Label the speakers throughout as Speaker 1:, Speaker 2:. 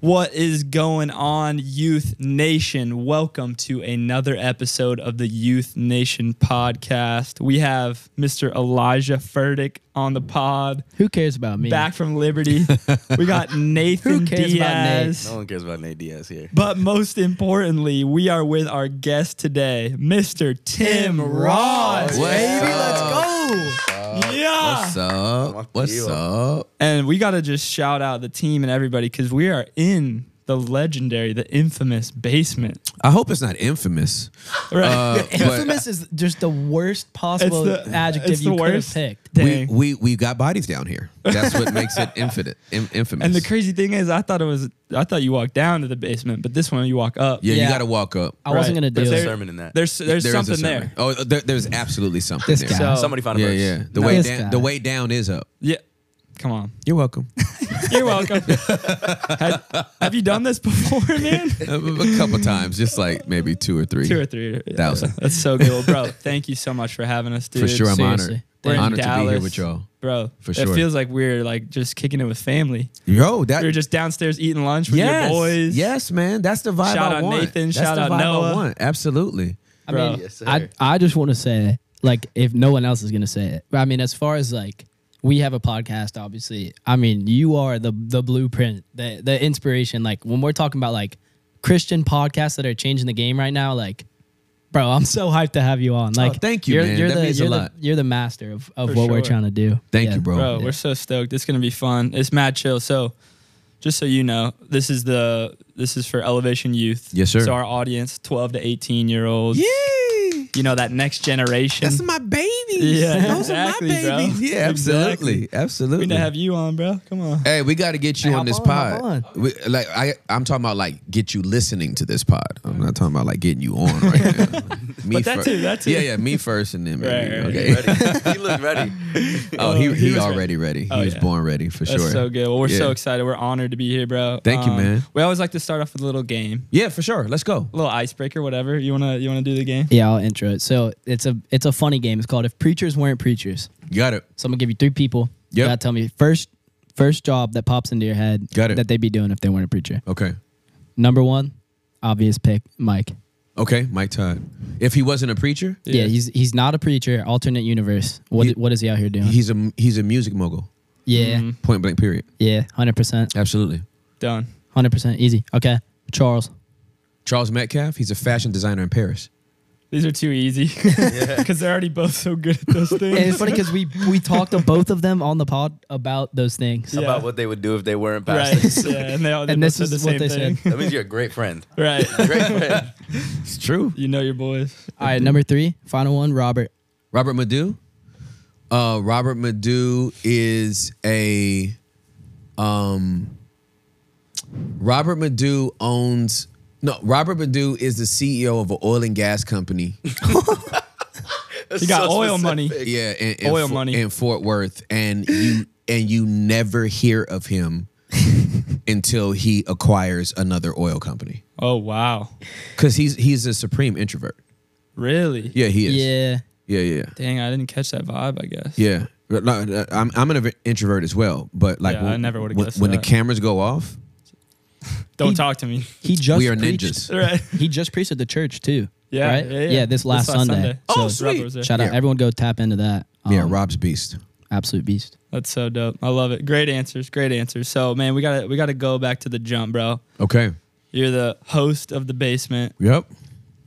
Speaker 1: What is going on, Youth Nation? Welcome to another episode of the Youth Nation podcast. We have Mr. Elijah Furtick on the pod,
Speaker 2: Who cares about me?
Speaker 1: back from Liberty. we got Nathan
Speaker 2: Who cares about Nate?
Speaker 1: Diaz.
Speaker 3: No one cares about Nate Diaz here.
Speaker 1: But most importantly, we are with our guest today, Mr. Tim Ross.
Speaker 3: What's
Speaker 2: baby,
Speaker 3: up?
Speaker 2: let's go.
Speaker 1: Yeah.
Speaker 3: What's up? Uh, What's
Speaker 4: you.
Speaker 3: up?
Speaker 1: And we got to just shout out the team and everybody because we are in the legendary, the infamous basement.
Speaker 3: I hope it's not infamous.
Speaker 1: Right.
Speaker 3: Uh, but
Speaker 2: Infamous is just the worst possible
Speaker 1: It's the-
Speaker 2: adjective
Speaker 1: it's the
Speaker 2: you could have
Speaker 1: worst.
Speaker 2: picked.
Speaker 3: we,
Speaker 1: Dang.
Speaker 3: we we got bodies down here. That's what makes it infinite, in, infamous.
Speaker 1: and the crazy thing is, I thought it was, I thought you walked down to the basement, but this one you walk up.
Speaker 3: yeah,
Speaker 2: Yeah.
Speaker 3: you got to walk up.
Speaker 2: I
Speaker 1: Right.
Speaker 2: wasn't gonna do
Speaker 1: There's
Speaker 2: it.
Speaker 1: a
Speaker 4: There's a sermon in that.
Speaker 1: There's there's
Speaker 3: There is a
Speaker 1: something
Speaker 3: sermon.
Speaker 1: there.
Speaker 3: Oh, there, there's absolutely something
Speaker 2: This
Speaker 3: there.
Speaker 2: guy.
Speaker 1: So-
Speaker 4: Somebody found a
Speaker 3: Yeah,
Speaker 4: verse.
Speaker 3: yeah. The
Speaker 2: No.
Speaker 3: way
Speaker 2: This
Speaker 3: down,
Speaker 2: guy.
Speaker 3: the way down is up.
Speaker 1: Yeah. Come on.
Speaker 3: You're welcome.
Speaker 1: You're welcome. have, have you done this before, man?
Speaker 3: a, a couple times, just like maybe two or three.
Speaker 1: Two or three
Speaker 3: Thousand.
Speaker 1: That's so good, Well, bro. Thank you so much for having us, dude.
Speaker 3: For sure, I'm
Speaker 2: seriously. We're
Speaker 3: honored.
Speaker 1: in
Speaker 3: Honored to be here
Speaker 1: Dallas.
Speaker 3: with y'all.
Speaker 1: bro.
Speaker 3: For
Speaker 1: It
Speaker 3: sure.
Speaker 1: feels like we're like just kicking it with family.
Speaker 3: Yo, that
Speaker 1: We were just downstairs eating lunch with
Speaker 3: yes,
Speaker 1: your boys.
Speaker 3: yes, man. That's the vibe
Speaker 1: Shout
Speaker 3: I
Speaker 1: out
Speaker 3: want.
Speaker 1: Nathan,
Speaker 3: That's
Speaker 1: shout
Speaker 3: the
Speaker 1: out
Speaker 3: vibe
Speaker 1: Noah.
Speaker 3: I want. Absolutely.
Speaker 2: I
Speaker 1: Bro.
Speaker 2: mean,
Speaker 4: Yes, sir.
Speaker 2: I I just want to say, like, if no one else is gonna say it, I mean, as far as like we have a podcast, obviously, I mean, you are the the blueprint, the the inspiration. Like when we're talking about like Christian podcasts that are changing the game right now, like. Bro, I'm so hyped to have you on. Like,
Speaker 3: Oh, thank you,
Speaker 2: You're,
Speaker 3: man.
Speaker 2: you're
Speaker 3: That
Speaker 2: the
Speaker 3: means a
Speaker 2: you're
Speaker 3: lot.
Speaker 2: the you're the master of, of
Speaker 1: For
Speaker 2: what we're
Speaker 1: sure.
Speaker 2: trying to do.
Speaker 3: Thank
Speaker 2: Yeah.
Speaker 3: you, bro.
Speaker 1: Bro, we're so stoked. It's gonna be fun. It's mad chill. So, just so you know, this is the this is for Elevation Youth.
Speaker 3: Yes, sir.
Speaker 1: So our audience, twelve to eighteen year olds.
Speaker 3: Yay!
Speaker 1: You know that next generation.
Speaker 3: That's my babies.
Speaker 1: Yeah,
Speaker 3: Those
Speaker 1: exactly,
Speaker 3: are
Speaker 1: bro.
Speaker 3: my babies. Yeah, absolutely.
Speaker 1: Exactly. we
Speaker 3: Absolutely.
Speaker 1: need to have you on, bro. Come on.
Speaker 3: hey, we got to get you
Speaker 2: Hey, hop
Speaker 3: on this
Speaker 2: on, hop
Speaker 3: pod.
Speaker 2: on.
Speaker 3: We, like I, I'm talking about like get you listening to this pod. I'm not talking about like getting you on right now. me
Speaker 1: But that
Speaker 3: first.
Speaker 1: too, that too.
Speaker 3: Yeah, yeah. Me first, and then maybe.
Speaker 1: Right, right,
Speaker 3: okay.
Speaker 4: He ready. he looked ready.
Speaker 1: Oh,
Speaker 3: oh, he he,
Speaker 1: he was
Speaker 3: already ready.
Speaker 1: Oh,
Speaker 3: he was
Speaker 1: yeah.
Speaker 3: born ready for
Speaker 1: That's
Speaker 3: sure.
Speaker 1: so good. Well, we're so
Speaker 3: Yeah.
Speaker 1: excited. We're honored to be here, bro. Um,
Speaker 3: Thank you, man.
Speaker 1: We always like to start off with a little game,
Speaker 3: Yeah, for sure. Let's go.
Speaker 1: a little icebreaker, whatever. You wanna you wanna do the game?
Speaker 2: Yeah, I'll intro it. So it's a it's a funny game. It's called If Preachers Weren't Preachers.
Speaker 3: Got it.
Speaker 2: So I'm gonna give you three people.
Speaker 3: Yep.
Speaker 2: You gotta tell me first first job that pops into your head
Speaker 3: Got it.
Speaker 2: that they'd be doing if they weren't a preacher.
Speaker 3: Okay.
Speaker 2: Number one, obvious pick, Mike.
Speaker 3: Okay, Mike Todd. If he wasn't a preacher,
Speaker 2: Yeah,
Speaker 1: Yeah.
Speaker 2: he's he's not a preacher, alternate universe. What
Speaker 3: He- Mm-hmm.
Speaker 2: what is he out here doing?
Speaker 3: he's a he's a music mogul.
Speaker 2: yeah.
Speaker 1: Mhm.
Speaker 3: Point blank. Period.
Speaker 2: Yeah, hundred percent.
Speaker 3: Absolutely.
Speaker 1: Done.
Speaker 2: Hundred percent. Easy. Okay. Charles.
Speaker 3: Charles Metcalf. He's a fashion designer in Paris.
Speaker 1: These are too easy because they're alady both so good at those things.
Speaker 2: And it's funny because we we talked to both of them on the pod about those things.
Speaker 1: Yeah.
Speaker 4: About what they would do if they weren't
Speaker 1: right?
Speaker 4: pastors.
Speaker 1: Yeah, and they all they
Speaker 2: And
Speaker 1: both
Speaker 2: this
Speaker 1: said
Speaker 2: is
Speaker 1: the
Speaker 2: what
Speaker 1: same
Speaker 2: they
Speaker 1: thing.
Speaker 2: said.
Speaker 4: That means you're a great friend.
Speaker 1: Right.
Speaker 4: Great friend.
Speaker 3: It's true.
Speaker 1: You know your boys.
Speaker 2: All right, number three, final one, Robert.
Speaker 3: Robert Madu. Uh, Robert Madu is a. Um, Robert Madu owns. No, Robert Madu is the CEO of an oil and gas company.
Speaker 1: You got oil money.
Speaker 3: Yeah, in, in
Speaker 1: Oil
Speaker 3: Fo-
Speaker 1: money.
Speaker 3: in Fort Worth, and you and you never hear of him until he acquires another oil company
Speaker 1: Oh wow,
Speaker 3: because he's he's a supreme introvert.
Speaker 1: really?
Speaker 3: Yeah, he is.
Speaker 2: Yeah.
Speaker 3: yeah, yeah,
Speaker 1: Dang, I didn't catch that vibe. I guess.
Speaker 3: yeah. But, like, uh, I'm I'm an introvert as well, but like
Speaker 1: Yeah, I never would've
Speaker 3: when,
Speaker 1: guessed
Speaker 3: when the
Speaker 1: that.
Speaker 3: cameras go off,
Speaker 1: Don't
Speaker 2: He-
Speaker 1: talk to me.
Speaker 2: He just
Speaker 3: we are
Speaker 2: preached-
Speaker 3: ninjas.
Speaker 1: Right.
Speaker 2: He just preached at the church too.
Speaker 1: Yeah,
Speaker 2: Right?
Speaker 1: yeah, yeah.
Speaker 2: this last, Sunday.
Speaker 3: Oh,
Speaker 2: So,
Speaker 3: sweet.
Speaker 1: Robert was there.
Speaker 2: shout out.
Speaker 3: Yeah.
Speaker 2: Everyone go tap into that.
Speaker 3: yeah,
Speaker 2: Um,
Speaker 3: Rob's beast.
Speaker 2: Absolute beast.
Speaker 1: That's so dope. I love it. Great answers. Great answers. So man, we gotta we gotta go back to the jump, bro.
Speaker 3: Okay.
Speaker 1: You're the host of the basement,
Speaker 3: Yep.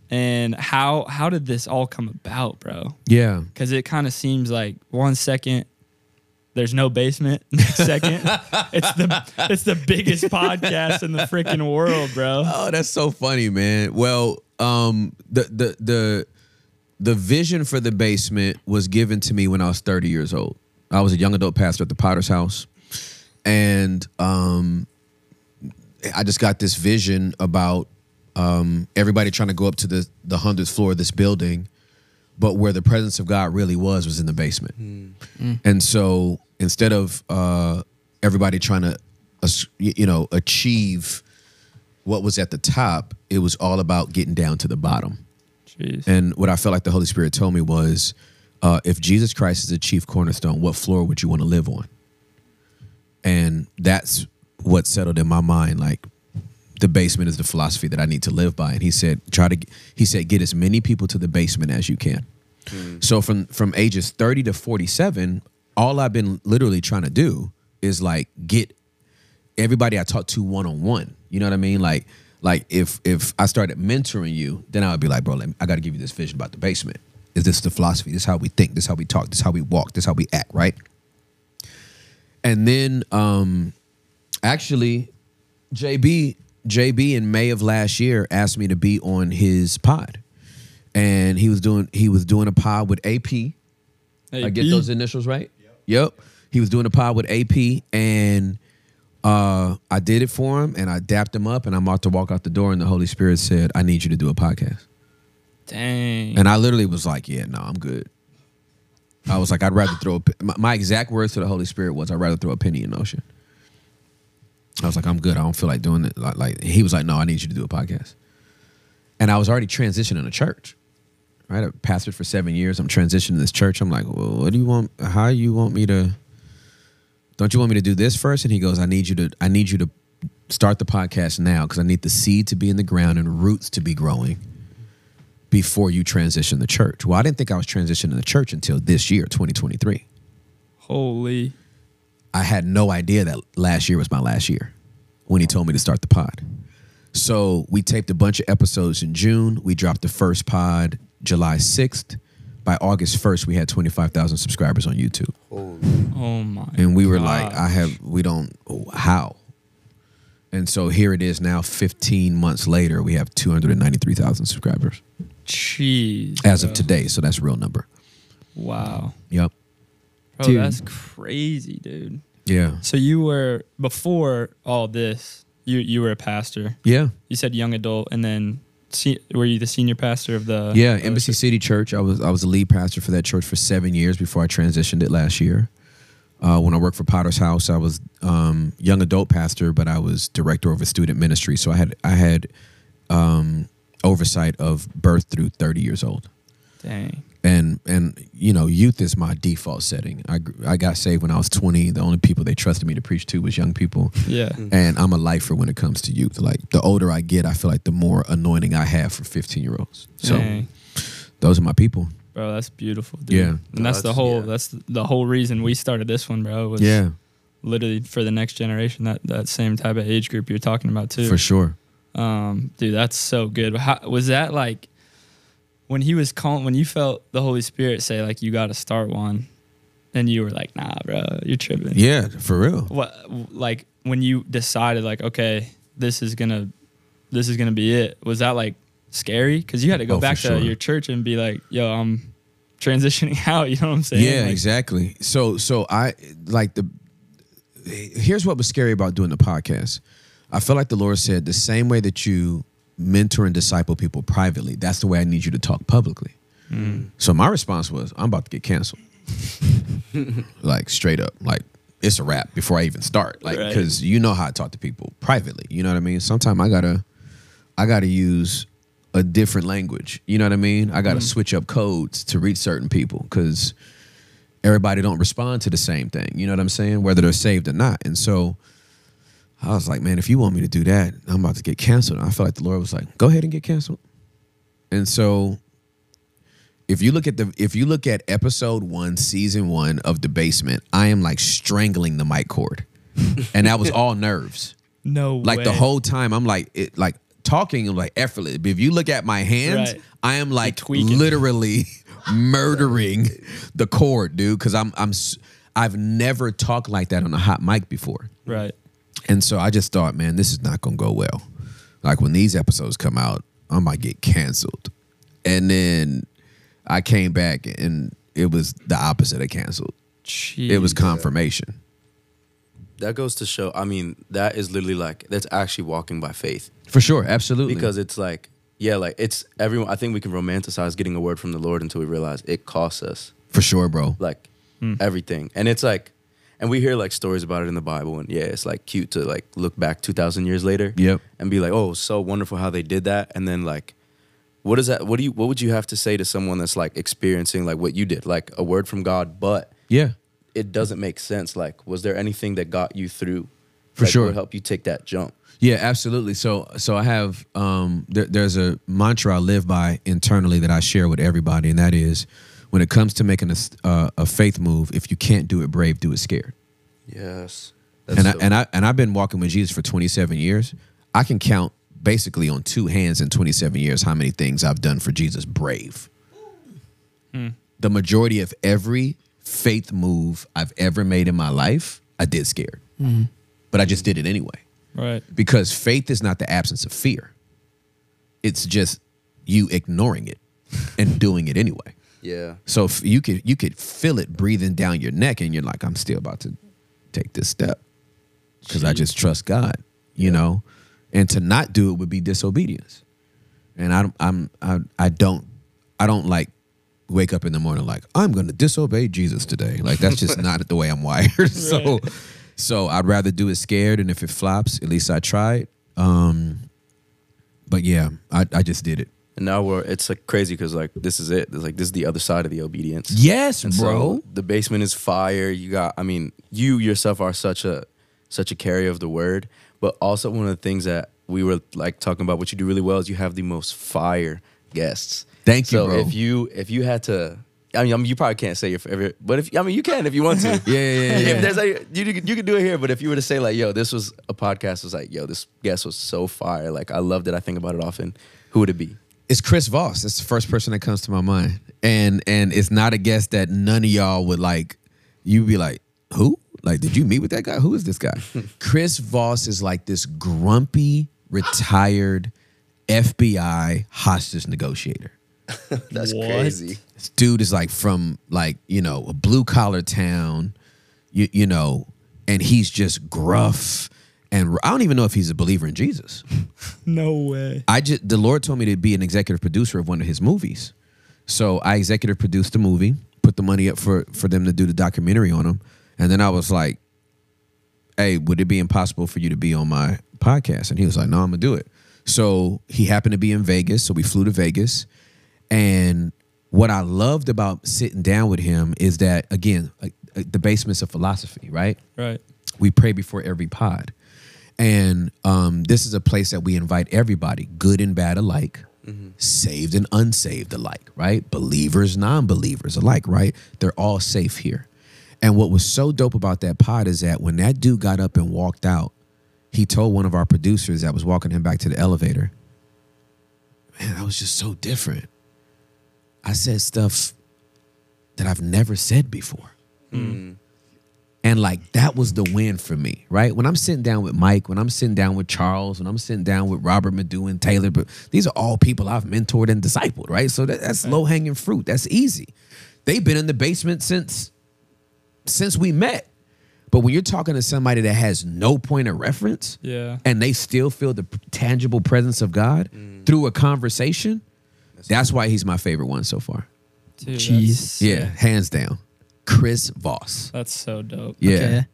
Speaker 1: and how how did this all come about, bro?
Speaker 3: Yeah.
Speaker 1: Because it kind of seems like one second there's no basement, next second it's the it's the biggest podcast in the freaking world, bro.
Speaker 2: Uh,
Speaker 3: Oh, that's so funny, man. Well, um, the the the the vision for the basement was given to me when I was 30 years old. I was a young adult pastor at the Potter's House, and um, I just got this vision about um, everybody trying to go up to the the hundredth floor of this building, but where the presence of God really was was in the basement. And so instead of uh, everybody trying to, as- y- you know, achieve what was at the top, it was all about getting down to the bottom.
Speaker 1: Jeez.
Speaker 3: And what I felt like the Holy Spirit told me was, uh, if Jesus Christ is the chief cornerstone, what floor would you want to live on? And that's what settled in my mind. Like the basement is the philosophy that I need to live by. And he said, try to. He said, get as many people to the basement as you can. So from from ages thirty to forty seven, all I've been literally trying to do is like get everybody I talk to one on one. You know what I mean? Like like if if I started mentoring you, then I would be like, bro, let me, I got to give you this vision about the basement. Is this the philosophy? This is how we think. This is how we talk. This is how we walk. This is how we act. Right. And then um actually JB JB in May of last year asked me to be on his pod. And he was doing he was doing a pod with AP.
Speaker 1: Hey,
Speaker 3: I get
Speaker 1: B.
Speaker 3: those initials right? Yep. He was doing a pod with AP and uh, I did it for him and I dapped him up and I'm about to walk out the door and the Holy Spirit said, I need you to do a podcast.
Speaker 1: Dang.
Speaker 3: And I literally was like, yeah, no, I'm good. I was like, I'd rather throw a, pe- my, my exact words to the Holy Spirit was, I'd rather throw a penny in the ocean. I was like, I'm good. I don't feel like doing it. Like, like he was like, no, I need you to do a podcast. And I was already transitioning a church. Right, I pastored for seven years. I'm transitioning this church. I'm like, well, what do you want? How you want me to? Don't you want me to do this first? And he goes, I need you to. I need you to start the podcast now because I need the seed to be in the ground and roots to be growing before you transition the church. Well, I didn't think I was transitioning the church until this year, 2023.
Speaker 1: Holy.
Speaker 3: I had no idea that last year was my last year when he told me to start the pod. So we taped a bunch of episodes in June. We dropped the first pod July 6th. By August 1st, we had 25,000 subscribers on YouTube.
Speaker 1: Oh my.
Speaker 3: And we were like,
Speaker 1: God.
Speaker 3: I have, we don't, oh, how? And so here it is now, 15 months later, we have 293,000 subscribers
Speaker 1: Jeez.
Speaker 3: as of
Speaker 1: bro.
Speaker 3: today. So that's a real number.
Speaker 1: Wow.
Speaker 3: Yep.
Speaker 1: Bro,
Speaker 2: Dude.
Speaker 1: that's crazy, dude.
Speaker 3: Yeah.
Speaker 1: So you were before all this, you you were a pastor.
Speaker 3: Yeah.
Speaker 1: You said young adult and then se- were you the senior pastor of the
Speaker 3: yeah
Speaker 1: of the
Speaker 3: embassy city church i was i was the lead pastor for that church for seven years before i transitioned it last year uh, when i worked for potter's house i was um, young adult pastor but i was director over student ministry so i had i had um, oversight of birth through 30 years old
Speaker 1: Dang.
Speaker 3: and and you know youth is my default setting i gr- i got saved when i was 20 the only people they trusted me to preach to was young people
Speaker 1: Yeah.
Speaker 3: and i'm a lifer when it comes to youth like the older i get i feel like the more anointing i have for 15 year olds so
Speaker 1: Dang.
Speaker 3: those are my people
Speaker 1: Bro, that's beautiful, dude.
Speaker 3: Yeah.
Speaker 1: And that's the
Speaker 4: That's-
Speaker 1: whole
Speaker 4: yeah.
Speaker 1: that's the whole reason we started this one, bro. Was literally for the next generation, that that same type of age group you're talking about too.
Speaker 3: for sure.
Speaker 1: Um, dude, that's so good. How, was that like when he was calling? When you felt the Holy Spirit say like you got to start one, and you were like, "Nah, bro, you're tripping."
Speaker 3: Yeah, for real.
Speaker 1: What like when you decided like, okay, this is gonna, this is gonna be it. Was that like scary? Because you had to go
Speaker 3: Oh, for
Speaker 1: back to
Speaker 3: sure.
Speaker 1: your church and be like, "Yo, I'm transitioning out." You know what I'm saying?
Speaker 3: Yeah,
Speaker 1: Like,
Speaker 3: exactly. So so I like the here's what was scary about doing the podcast. I felt like the Lord said the same way that you mentor and disciple people privately, that's the way I need you to talk publicly. So my response was, I'm about to get canceled. like straight up, like it's a wrap before I even start. Like
Speaker 1: Right.
Speaker 3: cuz you know how I talk to people privately, you know what I mean? Sometimes I got to I got to use a different language. You know what I mean? I got to switch up codes to reach certain people cuz everybody don't respond to the same thing. You know what I'm saying? Whether they're saved or not. And so I was like, man, if you want me to do that, I'm about to get canceled. And I felt like the Lord was like, go ahead and get canceled. And so if you look at the if you look at episode one, season one of the basement, I am like strangling the mic cord. and that was all nerves.
Speaker 1: No,
Speaker 3: Like the
Speaker 1: way.
Speaker 3: whole time, I'm like it like talking like effortless. But if you look at my hands,
Speaker 1: Right.
Speaker 3: I am like
Speaker 1: tweaking.
Speaker 3: literally murdering the cord, dude. Because I'm I'm s- I've never talked like that on a hot mic before,
Speaker 1: right.
Speaker 3: and so I just thought, man, this is not gonna go well. Like when these episodes come out, I might get canceled. And then I came back, and it was the opposite of canceled. It was
Speaker 1: Jeez.
Speaker 3: confirmation.
Speaker 4: That goes to show. I mean, that is literally like that's actually walking by faith
Speaker 3: For sure, absolutely.
Speaker 4: because it's like yeah, like it's everyone. I think we can romanticize getting a word from the Lord until we realize it costs us
Speaker 3: for sure, bro.
Speaker 4: like
Speaker 3: Hmm.
Speaker 4: everything, and it's like, and we hear like stories about it in the Bible, and yeah, it's like cute to like look back two thousand years later,
Speaker 3: Yep.
Speaker 4: and be like, oh, so wonderful how they did that, and then like. What is that? What do you? What would you have to say to someone that's like experiencing like what you did, like a word from God, but
Speaker 3: Yeah.
Speaker 4: it doesn't make sense. Like, was there anything that got you through
Speaker 3: For
Speaker 4: like,
Speaker 3: sure.
Speaker 4: will help you take that jump.
Speaker 3: Yeah, absolutely. So, so I have um, there, there's a mantra I live by internally that I share with everybody, and that is, when it comes to making a, s- uh, a faith move, if you can't do it brave, do it scared.
Speaker 4: Yes.
Speaker 3: and I, and I and I've been walking with Jesus for 27 years. I can count basically on two hands in 27 years how many things I've done for Jesus brave. The majority of every faith move I've ever made in my life, I did scared. But I just did it anyway
Speaker 1: Right.
Speaker 3: because faith is not the absence of fear. It's just you ignoring it and doing it anyway.
Speaker 4: yeah.
Speaker 3: So if you could you could feel it breathing down your neck, and you're like, I'm still about to take this step because I just trust God, you know. And to not do it would be disobedience. And I don't, I'm I I don't I don't like wake up in the morning like I'm going to disobey Jesus today. Like that's just not the way I'm wired. so so I'd rather do it scared, and if it flops, at least I tried. Um, but yeah, I I just did it.
Speaker 4: And now we're it's like crazy because like this is it. It's like this is the other side of the obedience.
Speaker 3: Yes,
Speaker 4: And so the basement is fire. You got I mean, you yourself are such a such a carrier of the word. But also one of the things that we were like talking about what you do really well is you have the most fire guests.
Speaker 3: Thank you,
Speaker 4: So
Speaker 3: bro.
Speaker 4: if you if you had to I mean, I mean, you probably can't say your favorite, but if I mean, you can if you want to.
Speaker 3: Yeah, yeah, yeah, yeah.
Speaker 4: If there's a you you can do it here, but if you were to say like, "Yo, this was a podcast," was like, "Yo, this guest was so fire," like I loved it. I think about it often. Who would it be?
Speaker 3: It's Chris Voss. That's the first person that comes to my mind, and and it's not a guess that none of y'all would like. You'd be like, who? Like, did you meet with that guy? Who is this guy? Chris Voss is like this grumpy retired FBI hostage negotiator.
Speaker 4: That's
Speaker 1: What?
Speaker 4: crazy.
Speaker 3: This dude is like from like you know a blue collar town, you you know, and he's just gruff, and I don't even know if he's a believer in Jesus.
Speaker 1: No way.
Speaker 3: I just the Lord told me to be an executive producer of one of his movies. So I executive produced the movie, put the money up for for them to do the documentary on him, and then I was like, "Hey, would it be impossible for you to be on my podcast?" And he was like, "No, I'm gonna do it." So he happened to be in Vegas, so we flew to Vegas, and what I loved about sitting down with him is that again, like, uh, the basements of philosophy, right?
Speaker 1: Right.
Speaker 3: we pray before every pod and um, this is a place that we invite everybody good and bad alike saved and unsaved alike right believers non-believers alike right they're all safe here and what was so dope about that pod is that when that dude got up and walked out he told one of our producers that was walking him back to the elevator man that was just so different i said stuff that i've never said before and like that was the win for me, right? When I'm sitting down with Mike, when I'm sitting down with Charles, when I'm sitting down with Robert Madu and Taylor, but these are all people I've mentored and discipled, right? So that, that's low hanging fruit. That's easy. They've been in the basement since since we met. But when you're talking to somebody that has no point of reference,
Speaker 1: Yeah.
Speaker 3: and they still feel the p- tangible presence of God through a conversation, Mm. that's why he's my favorite one so far.
Speaker 1: Dude,
Speaker 2: Jeez.
Speaker 1: That's,
Speaker 3: Yeah, hands down. Chris Voss.
Speaker 1: That's so dope.
Speaker 3: Yeah.
Speaker 2: Okay.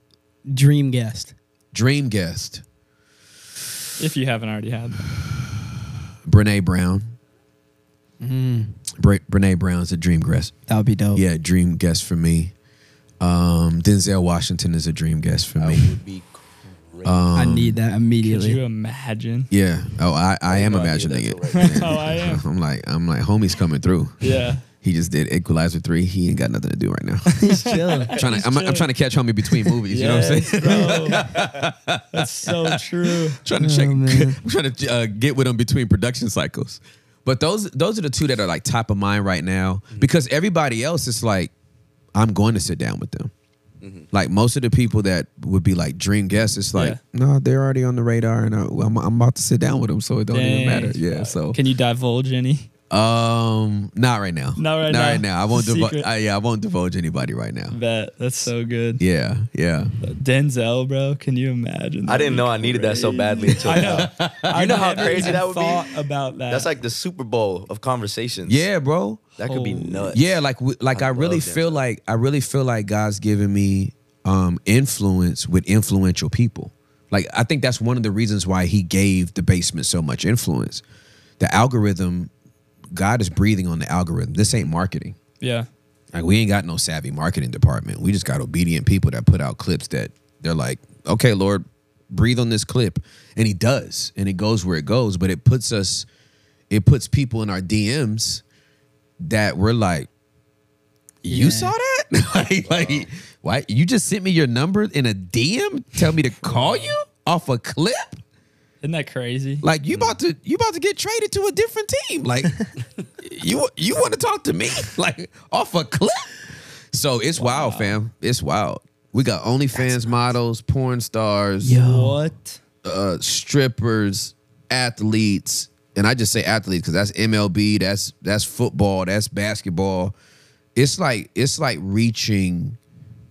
Speaker 2: Dream guest.
Speaker 3: Dream guest.
Speaker 1: If you haven't already had them.
Speaker 3: Brene Brown.
Speaker 2: Mm.
Speaker 3: Bre- Brene Brown's a dream guest.
Speaker 2: That would be dope.
Speaker 3: Yeah, dream guest for me. Um, Denzel Washington is a dream guest for
Speaker 4: That
Speaker 3: me.
Speaker 4: would be crazy.
Speaker 2: I need that
Speaker 1: Could you
Speaker 2: immediately.
Speaker 1: imagine?
Speaker 3: Yeah. Oh, I, I am
Speaker 4: no idea
Speaker 3: imagining it.
Speaker 4: that's
Speaker 1: That's how I am.
Speaker 3: I'm like I'm like homie's coming through.
Speaker 1: Yeah.
Speaker 3: He just did Equalizer three. He ain't got nothing to do right now.
Speaker 2: He's chill.
Speaker 3: I'm trying to I'm, I'm trying to catch homie between movies. You know what I'm saying?
Speaker 1: Yes, bro. That's so true.
Speaker 3: trying to check.
Speaker 2: man.
Speaker 3: I'm trying to uh, get with them between production cycles. But those those are the two that are like top of mind right now
Speaker 1: Mm-hmm.
Speaker 3: because everybody else is like, I'm going to sit down with them. Like most of the people that would be like dream guests, it's like,
Speaker 1: Mm-hmm. Yeah.
Speaker 3: no, they're already on the radar, and I, I'm, I'm about to sit down with them, so it don't
Speaker 1: Dang.
Speaker 3: even matter. Yeah, so
Speaker 1: Can you divulge any?
Speaker 3: um, not right now,
Speaker 1: Not right now.
Speaker 3: right now. I won't divulge.
Speaker 1: Secret.
Speaker 3: I, yeah, I won't divulge anybody right now.
Speaker 1: Bet. That's so good.
Speaker 3: Yeah, yeah.
Speaker 1: Denzel, bro. Can you imagine?
Speaker 4: I didn't know I needed that so badly until
Speaker 1: I know.
Speaker 4: now. You know how
Speaker 1: never
Speaker 4: crazy
Speaker 1: even
Speaker 4: that would
Speaker 1: thought
Speaker 4: be?
Speaker 1: about that.
Speaker 4: That's like the Super Bowl of conversations.
Speaker 3: Yeah, bro.
Speaker 4: That could be
Speaker 1: Holy-
Speaker 4: nuts.
Speaker 3: Yeah, like w- like I,
Speaker 4: I
Speaker 3: really
Speaker 4: love them,
Speaker 3: feel
Speaker 4: though.
Speaker 3: like I really feel like God's given me um influence with influential people. Like I think that's one of the reasons why he gave the basement so much influence. The algorithm God is breathing on the algorithm. This ain't marketing.
Speaker 1: yeah.
Speaker 3: Like we ain't got no savvy marketing department. We just got obedient people that put out clips that they're like, "Okay, Lord, breathe on this clip, and he does, and it goes where it goes. But it puts us, it puts people in our DMs that we're like, you
Speaker 2: Yeah.
Speaker 3: saw that? like, like, why you just sent me your number in a DM? Tell me to call you off a clip?
Speaker 1: Isn't that crazy?
Speaker 3: Like you about to you about to get traded to a different team? Like you you want to talk to me? Like off a clip? So it's wild, fam. It's wild. We got OnlyFans models, porn stars,
Speaker 1: What?
Speaker 3: uh, strippers, athletes, and I just say athletes because that's MLB, that's that's football, that's basketball. It's like it's like reaching,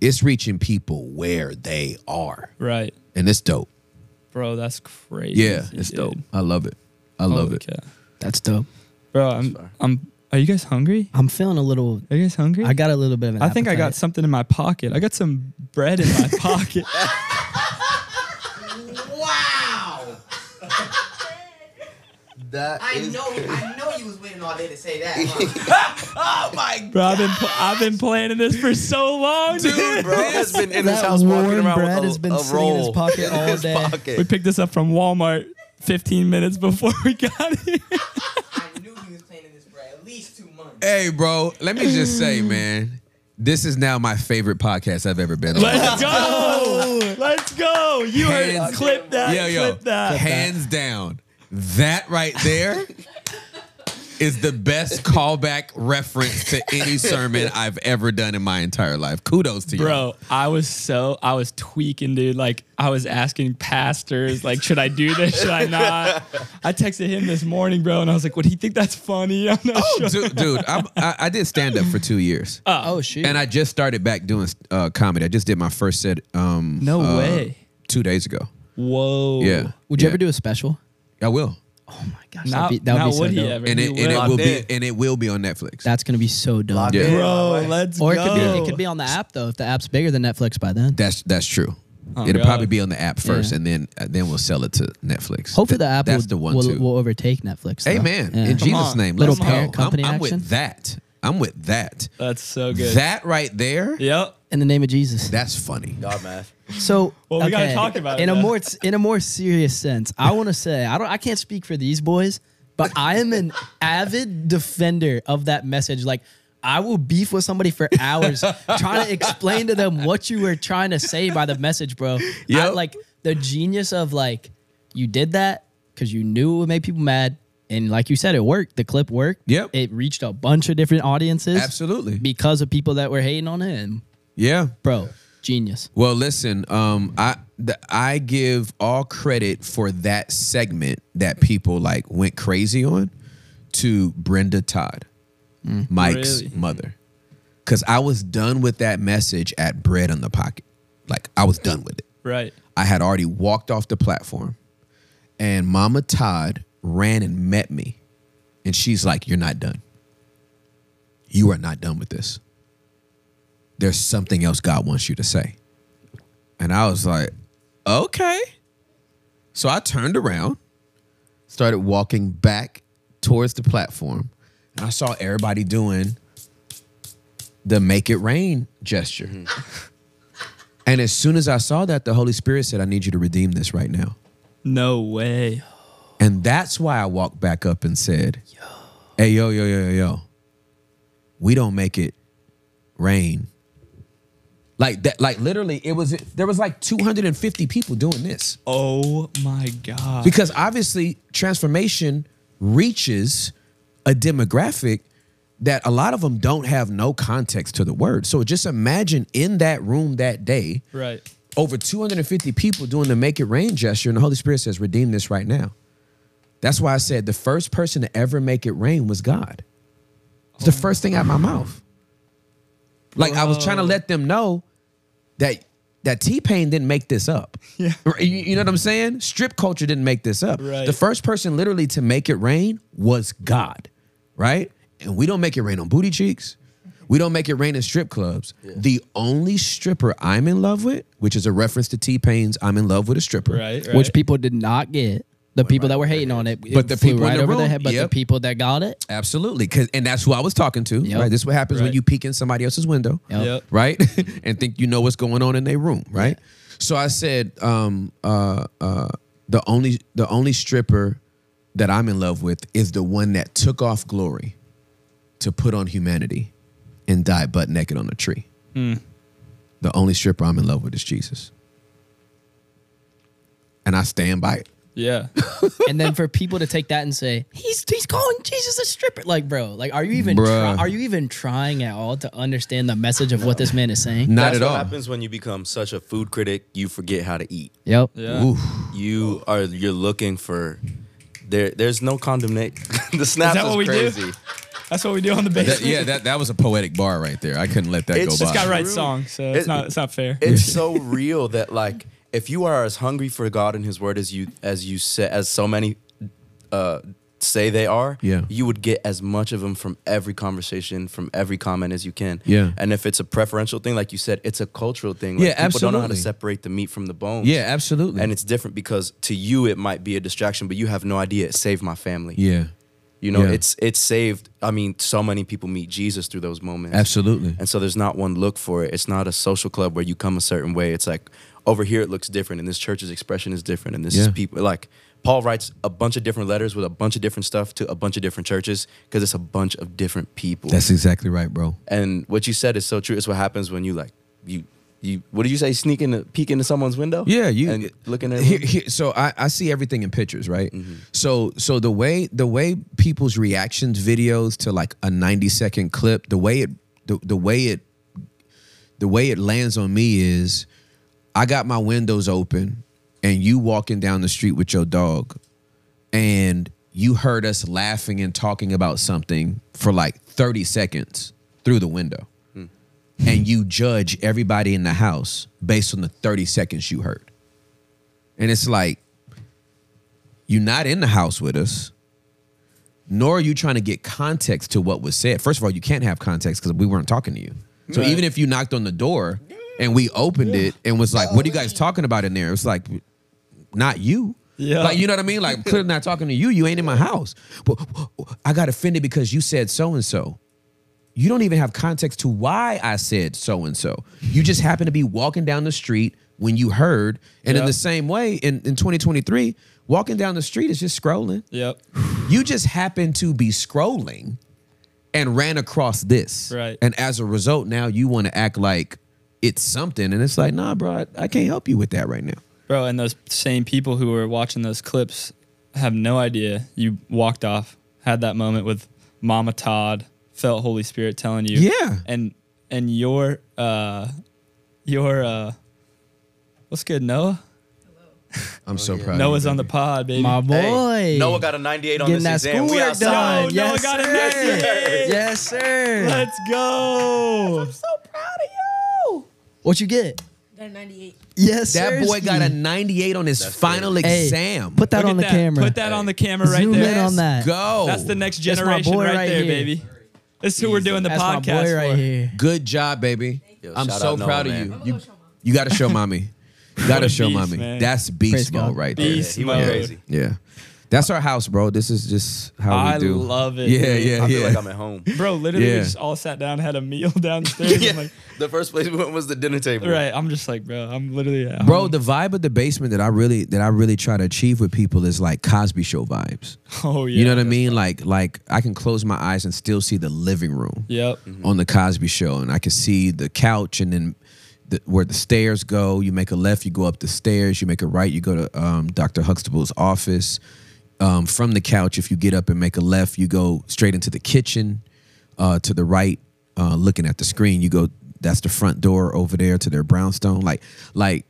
Speaker 3: it's reaching people where they are,
Speaker 1: Right.
Speaker 3: and it's dope.
Speaker 1: Bro, that's crazy.
Speaker 3: Yeah, it's
Speaker 1: dude.
Speaker 3: dope. I love it. I love
Speaker 1: Holy
Speaker 3: it.
Speaker 1: cow.
Speaker 2: That's dope.
Speaker 1: Bro, I'm, I'm, are you guys hungry?
Speaker 2: I'm feeling a little.
Speaker 1: Are you guys hungry?
Speaker 2: I got a little bit of. An
Speaker 1: I think I got
Speaker 2: appetite.
Speaker 1: something in my pocket. I got some bread in my pocket.
Speaker 5: I know, I know you was waiting all day to say that. huh?
Speaker 1: Bro, I've been pl- I've been planning this for so long, dude.
Speaker 4: Dude, bro has been in his
Speaker 2: That
Speaker 4: house walking
Speaker 2: warm
Speaker 4: around with
Speaker 2: bread
Speaker 4: a,
Speaker 2: has been
Speaker 4: a
Speaker 2: sitting
Speaker 4: roll
Speaker 2: in his pocket all
Speaker 4: his
Speaker 2: day.
Speaker 4: pocket.
Speaker 1: We picked this up from Walmart 15 minutes before we got here.
Speaker 5: I knew you was planning this for at least two months.
Speaker 3: Hey, bro, let me just say, man, this is now my favorite podcast I've ever been on.
Speaker 1: Let's go. Let's go. You heard it.
Speaker 3: Hands-
Speaker 1: Clip that.
Speaker 3: Yo, yo,
Speaker 1: Clip that.
Speaker 3: hands down, that right there is the best callback reference to any sermon I've ever done in my entire life. Kudos to you,
Speaker 1: Bro, I was so I was tweaking, dude. Like I was asking pastors, like, should I do this? Should I not? I texted him this morning, bro, and I was like, would he think that's funny? I'm not sure.
Speaker 3: Oh, dude. dude I'm, I, I did stand up for two years,
Speaker 1: Uh.
Speaker 2: Oh shoot.
Speaker 3: and I just started back doing uh, comedy. I just did my first set. Um,
Speaker 1: No
Speaker 3: uh,
Speaker 1: way.
Speaker 3: Two days ago.
Speaker 1: Whoa.
Speaker 3: Yeah.
Speaker 2: Would you
Speaker 3: yeah.
Speaker 2: ever do a special?
Speaker 3: I will.
Speaker 2: Oh my gosh.
Speaker 1: Not,
Speaker 2: that'd be, that'd
Speaker 1: not
Speaker 2: be so
Speaker 1: would he
Speaker 2: dope.
Speaker 1: ever.
Speaker 3: and
Speaker 1: He
Speaker 3: it and it
Speaker 4: will.
Speaker 3: will be
Speaker 4: Locked in.
Speaker 3: and it will be on Netflix.
Speaker 2: That's gonna be so dope.
Speaker 4: Locked
Speaker 3: Yeah.
Speaker 4: in.
Speaker 1: Bro,
Speaker 4: Like,
Speaker 1: let's
Speaker 2: Or it
Speaker 1: go.
Speaker 2: could, be, it could be on the app though. If the app's bigger than Netflix by then,
Speaker 3: That's that's true.
Speaker 1: Oh,
Speaker 3: It'll
Speaker 1: God.
Speaker 3: probably be on the app first,
Speaker 2: Yeah.
Speaker 3: and then uh, then we'll sell it to Netflix.
Speaker 2: hopefully
Speaker 3: Th-
Speaker 2: the app
Speaker 3: that's
Speaker 2: will,
Speaker 3: the one
Speaker 2: will,
Speaker 3: too.
Speaker 2: will overtake Netflix. though.
Speaker 3: Amen.
Speaker 2: Yeah.
Speaker 3: In Jesus'
Speaker 1: on.
Speaker 3: name,
Speaker 2: Little
Speaker 3: let's go.
Speaker 2: parent company
Speaker 3: I'm, I'm with
Speaker 2: action.
Speaker 3: that. I'm with that.
Speaker 1: That's so good.
Speaker 3: That right there.
Speaker 1: yep.
Speaker 2: In the name of Jesus.
Speaker 3: That's funny.
Speaker 4: God, math.
Speaker 2: So
Speaker 1: Well, we gotta
Speaker 2: okay,
Speaker 1: talk about it
Speaker 2: in a
Speaker 1: now.
Speaker 2: more in a more serious sense. I want to say I don't I can't speak for these boys, but I am an avid defender of that message. Like I will beef with somebody for hours trying to explain to them what you were trying to say by the message, bro. Yeah,
Speaker 3: Yep.
Speaker 2: like the genius of like you did that because you knew it would make people mad, and like you said, it worked. The clip worked.
Speaker 3: Yep.
Speaker 2: it reached a bunch of different audiences
Speaker 3: Absolutely.
Speaker 2: because of people that were hating on it. And
Speaker 3: Yeah.
Speaker 2: bro, genius.
Speaker 3: Well, listen. Um, I the, I give all credit for that segment that people like went crazy on to Brenda Todd, Mike's
Speaker 1: Really?
Speaker 3: mother, because I was done with that message at Bread in the Pocket. Like I was done with it.
Speaker 1: Right.
Speaker 3: I had already walked off the platform, and Mama Todd ran and met me, and she's like, "You're not done. You are not done with this. There's something else God wants you to say." And I was like, "Okay." So I turned around, started walking back towards the platform, and I saw everybody doing the "Make It Rain" gesture. And as soon as I saw that, the Holy Spirit said, I need you to redeem this right now.
Speaker 1: No way.
Speaker 3: And that's why I walked back up and said, Hey, yo, yo, yo, yo, yo, we don't make it rain. Like that, like literally, it was there was like 250 people doing this.
Speaker 1: Oh my god.
Speaker 3: Because obviously, transformation reaches a demographic that a lot of them don't have no context to the word. So just imagine in that room that day,
Speaker 1: Right.
Speaker 3: over 250 people doing the make it rain gesture, and the Holy Spirit says, redeem this right now. That's why I said the first person to ever make it rain was God. It's the first thing out my mouth. Like I was trying to let them know that that T Pain didn't make this up.
Speaker 1: Yeah.
Speaker 3: You, you know what I'm saying? Strip culture didn't make this up.
Speaker 1: Right.
Speaker 3: The first person literally to make it rain was God, right? And we don't make it rain on booty cheeks. We don't make it rain in strip clubs. The only stripper I'm in love with, which is a reference to T Pain's I'm in love with a stripper.
Speaker 1: Right. right.
Speaker 2: which people did not get The people that were hating on it, it
Speaker 3: But the
Speaker 2: flew
Speaker 3: people in
Speaker 2: right
Speaker 3: the
Speaker 2: over their
Speaker 3: room,
Speaker 2: head. But
Speaker 3: yep.
Speaker 2: the people that got it,
Speaker 3: Absolutely, 'cause- and that's who I was talking to.
Speaker 2: Yep.
Speaker 3: Right, this is what happens
Speaker 1: Right.
Speaker 3: when you peek in somebody else's window,
Speaker 2: Yep.
Speaker 1: Yep.
Speaker 3: right, and think you know what's going on in their room, right? So I said, um, uh, uh, the only the only stripper that I'm in love with is the one that took off glory to put on humanity and die butt naked on a tree.
Speaker 4: Hmm.
Speaker 3: The only stripper I'm in love with is Jesus, and I stand by it.
Speaker 1: Yeah.
Speaker 2: and then for people to take that and say he's he's calling Jesus a stripper, like bro, like are you even
Speaker 3: Bruh.
Speaker 2: try, are you even trying at all to understand the message of what this man is saying?
Speaker 3: Not
Speaker 4: That's
Speaker 3: at
Speaker 4: what
Speaker 3: all.
Speaker 4: happens when you become such a food critic. You forget how to eat.
Speaker 2: Yep.
Speaker 1: Yeah.
Speaker 3: Oof.
Speaker 4: You are you're looking for. There, there's no condemnation. the snaps
Speaker 1: that
Speaker 4: is,
Speaker 1: what we do?
Speaker 4: crazy.
Speaker 1: That's what we do on the basement.
Speaker 3: That- yeah, that, that was a poetic bar right there. I couldn't let that
Speaker 4: It's
Speaker 3: go by.
Speaker 1: This guy writes
Speaker 4: True.
Speaker 1: songs, so it's
Speaker 4: It-
Speaker 1: not it's not fair.
Speaker 4: It's so real that like if you are as hungry for God and His Word as you as you say as so many uh, say they are,
Speaker 3: Yeah.
Speaker 4: you would get as much of them from every conversation, from every comment as you can.
Speaker 3: Yeah.
Speaker 4: And if it's a preferential thing, like you said, it's a cultural thing.
Speaker 3: Yeah,
Speaker 4: Like, people don't know how to
Speaker 3: absolutely.
Speaker 4: separate the meat from the bones.
Speaker 3: Yeah, absolutely.
Speaker 4: And it's different because to you it might be a distraction, but you have no idea it saved my family.
Speaker 3: yeah,
Speaker 4: You know,
Speaker 3: Yeah.
Speaker 4: it's it's saved. I mean, so many people meet Jesus through those moments.
Speaker 3: absolutely.
Speaker 4: And so there's not one look for it. It's not a social club where you come a certain way. It's like over here it looks different, and this church's expression is different, and this is
Speaker 3: Yeah.
Speaker 4: people like Paul writes a bunch of different letters with a bunch of different stuff to a bunch of different churches because it's a bunch of different people.
Speaker 3: That's exactly right, bro.
Speaker 4: and what you said is so true. It's what happens when you like you you what do you say sneak into peek into someone's window?
Speaker 3: Yeah, you
Speaker 4: and looking at Mm-hmm.
Speaker 3: Here-
Speaker 4: them?
Speaker 3: here- so I, I see everything in pictures, right? So so the way the way people's reactions videos to like a 90 second clip, the way it the, the way it the way it lands on me is I got my windows open and you walking down the street with your dog and you heard us laughing and talking about something for like 30 seconds through the window. And you judge everybody in the house based on the 30 seconds you heard. And it's like, you're not in the house with us, nor are you trying to get context to what was said. First of all, you can't have context because we weren't talking to you. So
Speaker 1: Right.
Speaker 3: even if you knocked on the door and we opened it and was like, what are you guys talking about in there? It was like, not you.
Speaker 1: Yeah.
Speaker 3: Like, you know what I mean? Like, clearly not talking to you. You ain't in my house. But I got offended because you said so and so. You don't even have context to why I said so and so. You just happen to be walking down the street when you heard. And in
Speaker 1: Yeah.
Speaker 3: the same way, in, in 2023, walking down the street is just scrolling.
Speaker 1: Yep.
Speaker 3: You just happen to be scrolling and ran across this.
Speaker 1: Right.
Speaker 3: And as a result, now you want to act like it's something. And it's like, nah, bro, I, I can't help you with that right now.
Speaker 1: Bro, and those same people who were watching those clips have no idea you walked off, had that moment with Mama Todd, felt Holy Spirit telling you.
Speaker 3: Yeah.
Speaker 1: And and your uh your uh what's good, Noah?
Speaker 3: I'm
Speaker 1: Oh,
Speaker 3: so proud. of you,
Speaker 1: Noah's on the
Speaker 3: baby.
Speaker 1: pod, baby.
Speaker 2: My boy.
Speaker 4: Hey, Noah got a 98 on
Speaker 2: Getting
Speaker 4: this
Speaker 2: that
Speaker 4: exam. We
Speaker 2: schoolwork done.
Speaker 4: outside.
Speaker 1: Yo,
Speaker 2: yes,
Speaker 1: Noah got a
Speaker 2: sir.
Speaker 1: message.
Speaker 2: Yes, sir.
Speaker 1: Let's go.
Speaker 2: so proud of you. What you get?
Speaker 5: Got a 98.
Speaker 2: Yes,
Speaker 3: That boy got a
Speaker 2: Sirski.
Speaker 3: 98 on his
Speaker 4: That's
Speaker 3: final
Speaker 4: good.
Speaker 2: Hey,
Speaker 3: exam.
Speaker 2: Put that
Speaker 1: Look
Speaker 2: on
Speaker 1: at
Speaker 2: the camera.
Speaker 1: Put that on the camera right
Speaker 2: Zoom in
Speaker 1: there.
Speaker 2: on that.
Speaker 3: Go.
Speaker 1: That's the next
Speaker 2: That's my
Speaker 1: generation
Speaker 2: boy
Speaker 1: right,
Speaker 2: right
Speaker 1: there,
Speaker 2: here.
Speaker 1: baby. This is who we're doing the
Speaker 2: That's my
Speaker 1: podcast
Speaker 2: boy right
Speaker 1: for.
Speaker 2: here.
Speaker 3: Good job, baby.
Speaker 4: Yo,
Speaker 3: I'm
Speaker 4: shout
Speaker 3: so
Speaker 4: out Noah,
Speaker 3: proud
Speaker 4: man.
Speaker 3: of
Speaker 4: I'm
Speaker 5: I'ma
Speaker 3: you.
Speaker 5: go
Speaker 3: You,
Speaker 5: show mom.
Speaker 3: you got to show mommy. You got to
Speaker 1: a
Speaker 3: show
Speaker 1: beast,
Speaker 3: mommy.
Speaker 1: man.
Speaker 3: That's beast
Speaker 2: Praise
Speaker 3: mode
Speaker 2: God.
Speaker 3: right
Speaker 4: Yeah,
Speaker 1: Beast
Speaker 4: he went
Speaker 1: mode.
Speaker 4: crazy.
Speaker 3: there. Yeah. That's our house, bro. This is just how
Speaker 1: I
Speaker 3: we do.
Speaker 1: love it,
Speaker 3: Yeah,
Speaker 1: dude.
Speaker 3: yeah,
Speaker 4: I feel
Speaker 3: yeah.
Speaker 4: like I'm at home.
Speaker 1: Bro, literally, we
Speaker 3: Yeah.
Speaker 1: just all sat down, had a meal downstairs. I'm like,
Speaker 4: the first place we went was the dinner table.
Speaker 1: right. I'm just like, bro, I'm literally. At
Speaker 3: bro,
Speaker 1: home.
Speaker 3: the vibe of the basement that I really that I really try to achieve with people is like Cosby show vibes.
Speaker 1: Oh, yeah.
Speaker 3: you know what I mean? Like like I can close my eyes and still see the living room.
Speaker 1: Yep.
Speaker 3: Mm-hmm. on the Cosby Show, and I could see the couch, and then the, where the stairs go. You make a left, you go up the stairs. You make a right, you go to um, Dr. Huxtable's office. Um, from the couch, if you get up and make a left, you go straight into the kitchen. Uh, to the right, uh, looking at the screen, you go. That's the front door over there to their brownstone. Like, like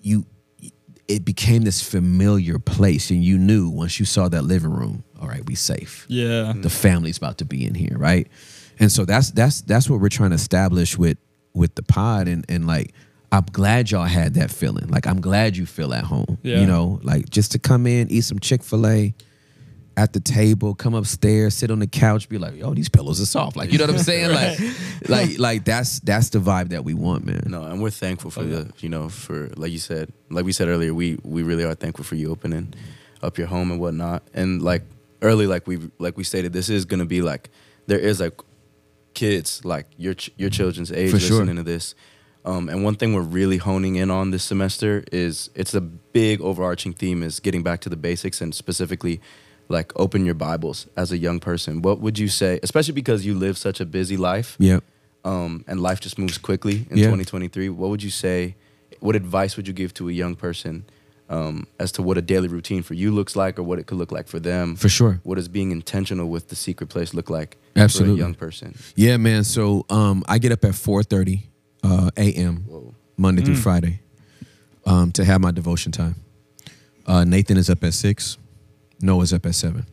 Speaker 3: you, it became this familiar place, and you knew once you saw that living room. All right, we safe
Speaker 1: Yeah.
Speaker 3: the family's about to be in here, right? And so that's that's that's what we're trying to establish with with the pod and and like I'm glad y'all had that feeling. Like I'm glad you feel at home.
Speaker 1: Yeah.
Speaker 3: You know, like just to come in, eat some Chick-fil-A at the table, come upstairs, sit on the couch, be like, yo, these pillows are soft. Like, you know what I'm saying? Like, like, like that's that's the vibe that we want, man.
Speaker 4: No, and we're thankful for the, you know, for like you said, like we said earlier, we we really are thankful for you opening. up your home and whatnot. And like early, like we like we stated, this is gonna be like there is like kids like your ch- your children's age
Speaker 3: For sure.
Speaker 4: listening to this. Um, and one thing we're really honing in on this semester is it's a big overarching theme is getting back to the basics and specifically like open your Bibles as a young person. What would you say, especially because you live such a busy life?
Speaker 3: Yep.
Speaker 4: um, and life just moves quickly in
Speaker 3: Yeah.
Speaker 4: 2023, what would you say? What advice would you give to a young person um, as to what a daily routine for you looks like, or what it could look like for them?
Speaker 3: For sure.
Speaker 4: What does being intentional with the secret place look like
Speaker 3: Absolutely.
Speaker 4: for a young person?
Speaker 3: Yeah, man. So um, I get up at 4:30 uh, a.m.
Speaker 4: Whoa.
Speaker 3: Monday through
Speaker 1: Mm.
Speaker 3: Friday um, to have my devotion time. Uh, Nathan is up at six. Noah's up at seven.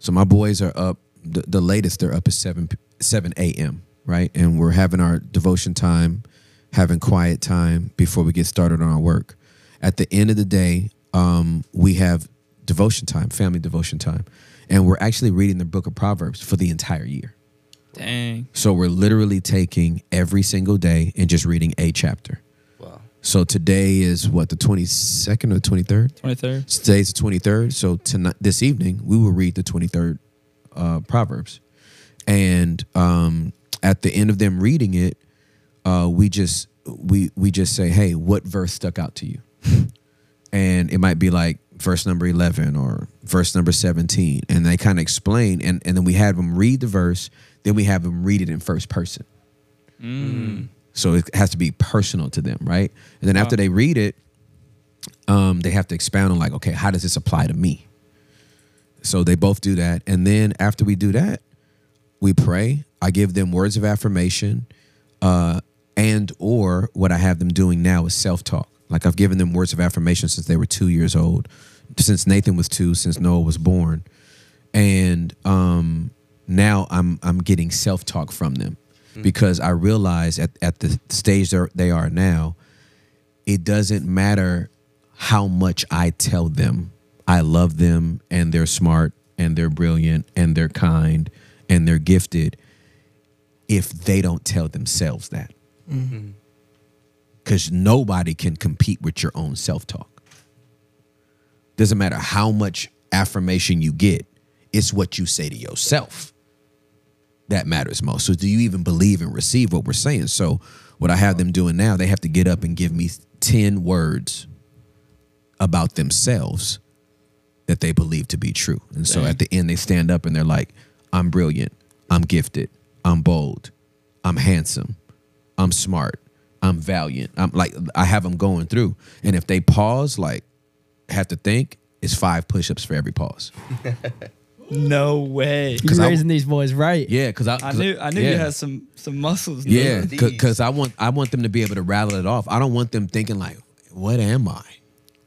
Speaker 3: So my boys are up. The, the latest they're up at seven p- seven a.m. Right, and we're having our devotion time, having quiet time before we get started on our work. At the end of the day, um, we have devotion time, family devotion time, and we're actually reading the Book of Proverbs for the entire year.
Speaker 1: Dang.
Speaker 3: So we're literally taking every single day and just reading a chapter.
Speaker 4: Wow.
Speaker 3: So today is what the 22nd or 23rd?
Speaker 1: 23rd.
Speaker 3: Today's the 23rd. So tonight, this evening, we will read the 23rd uh, Proverbs. And um, at the end of them reading it, uh, we just we we just say, hey, what verse stuck out to you? and it might be like verse number 11 or verse number 17 and they kind of explain and, and then we have them read the verse then we have them read it in first person so it has to be personal to them right and then after
Speaker 1: Wow.
Speaker 3: they read it um, they have to expound on like okay how does this apply to me so they both do that and then after we do that we pray i give them words of affirmation uh, and or what i have them doing now is self-talk like i've given them words of affirmation since they were two years old since nathan was two since noah was born and um, now i'm i'm getting self-talk from them because i realize at, at the stage they're- they are now it doesn't matter how much I tell them I love them and they're smart and they're brilliant and they're kind and they're gifted if they don't tell themselves that. Because nobody can compete with your own self talk. Doesn't matter how much affirmation you get, it's what you say to yourself that matters most. So, do you even believe and receive what we're saying? So, what I have them doing now, they have to get up and give me 10 words about themselves that they believe to be true. And so, at the end, they stand up and they're like, I'm brilliant. I'm gifted. I'm bold. I'm handsome. I'm smart. I'm valiant. I'm like, I have them going through. And if they pause, like, have to think, it's five push ups for every pause.
Speaker 1: No way.
Speaker 2: You
Speaker 3: 'Cause I-
Speaker 2: raising these boys right.
Speaker 3: Yeah, because I,
Speaker 1: I
Speaker 3: 'cause
Speaker 1: knew I knew
Speaker 3: yeah.
Speaker 1: you had some some muscles. dude.
Speaker 3: Yeah,
Speaker 4: These.
Speaker 3: because I want I want them to be able to rattle it off. I don't want them thinking like, "What am I?"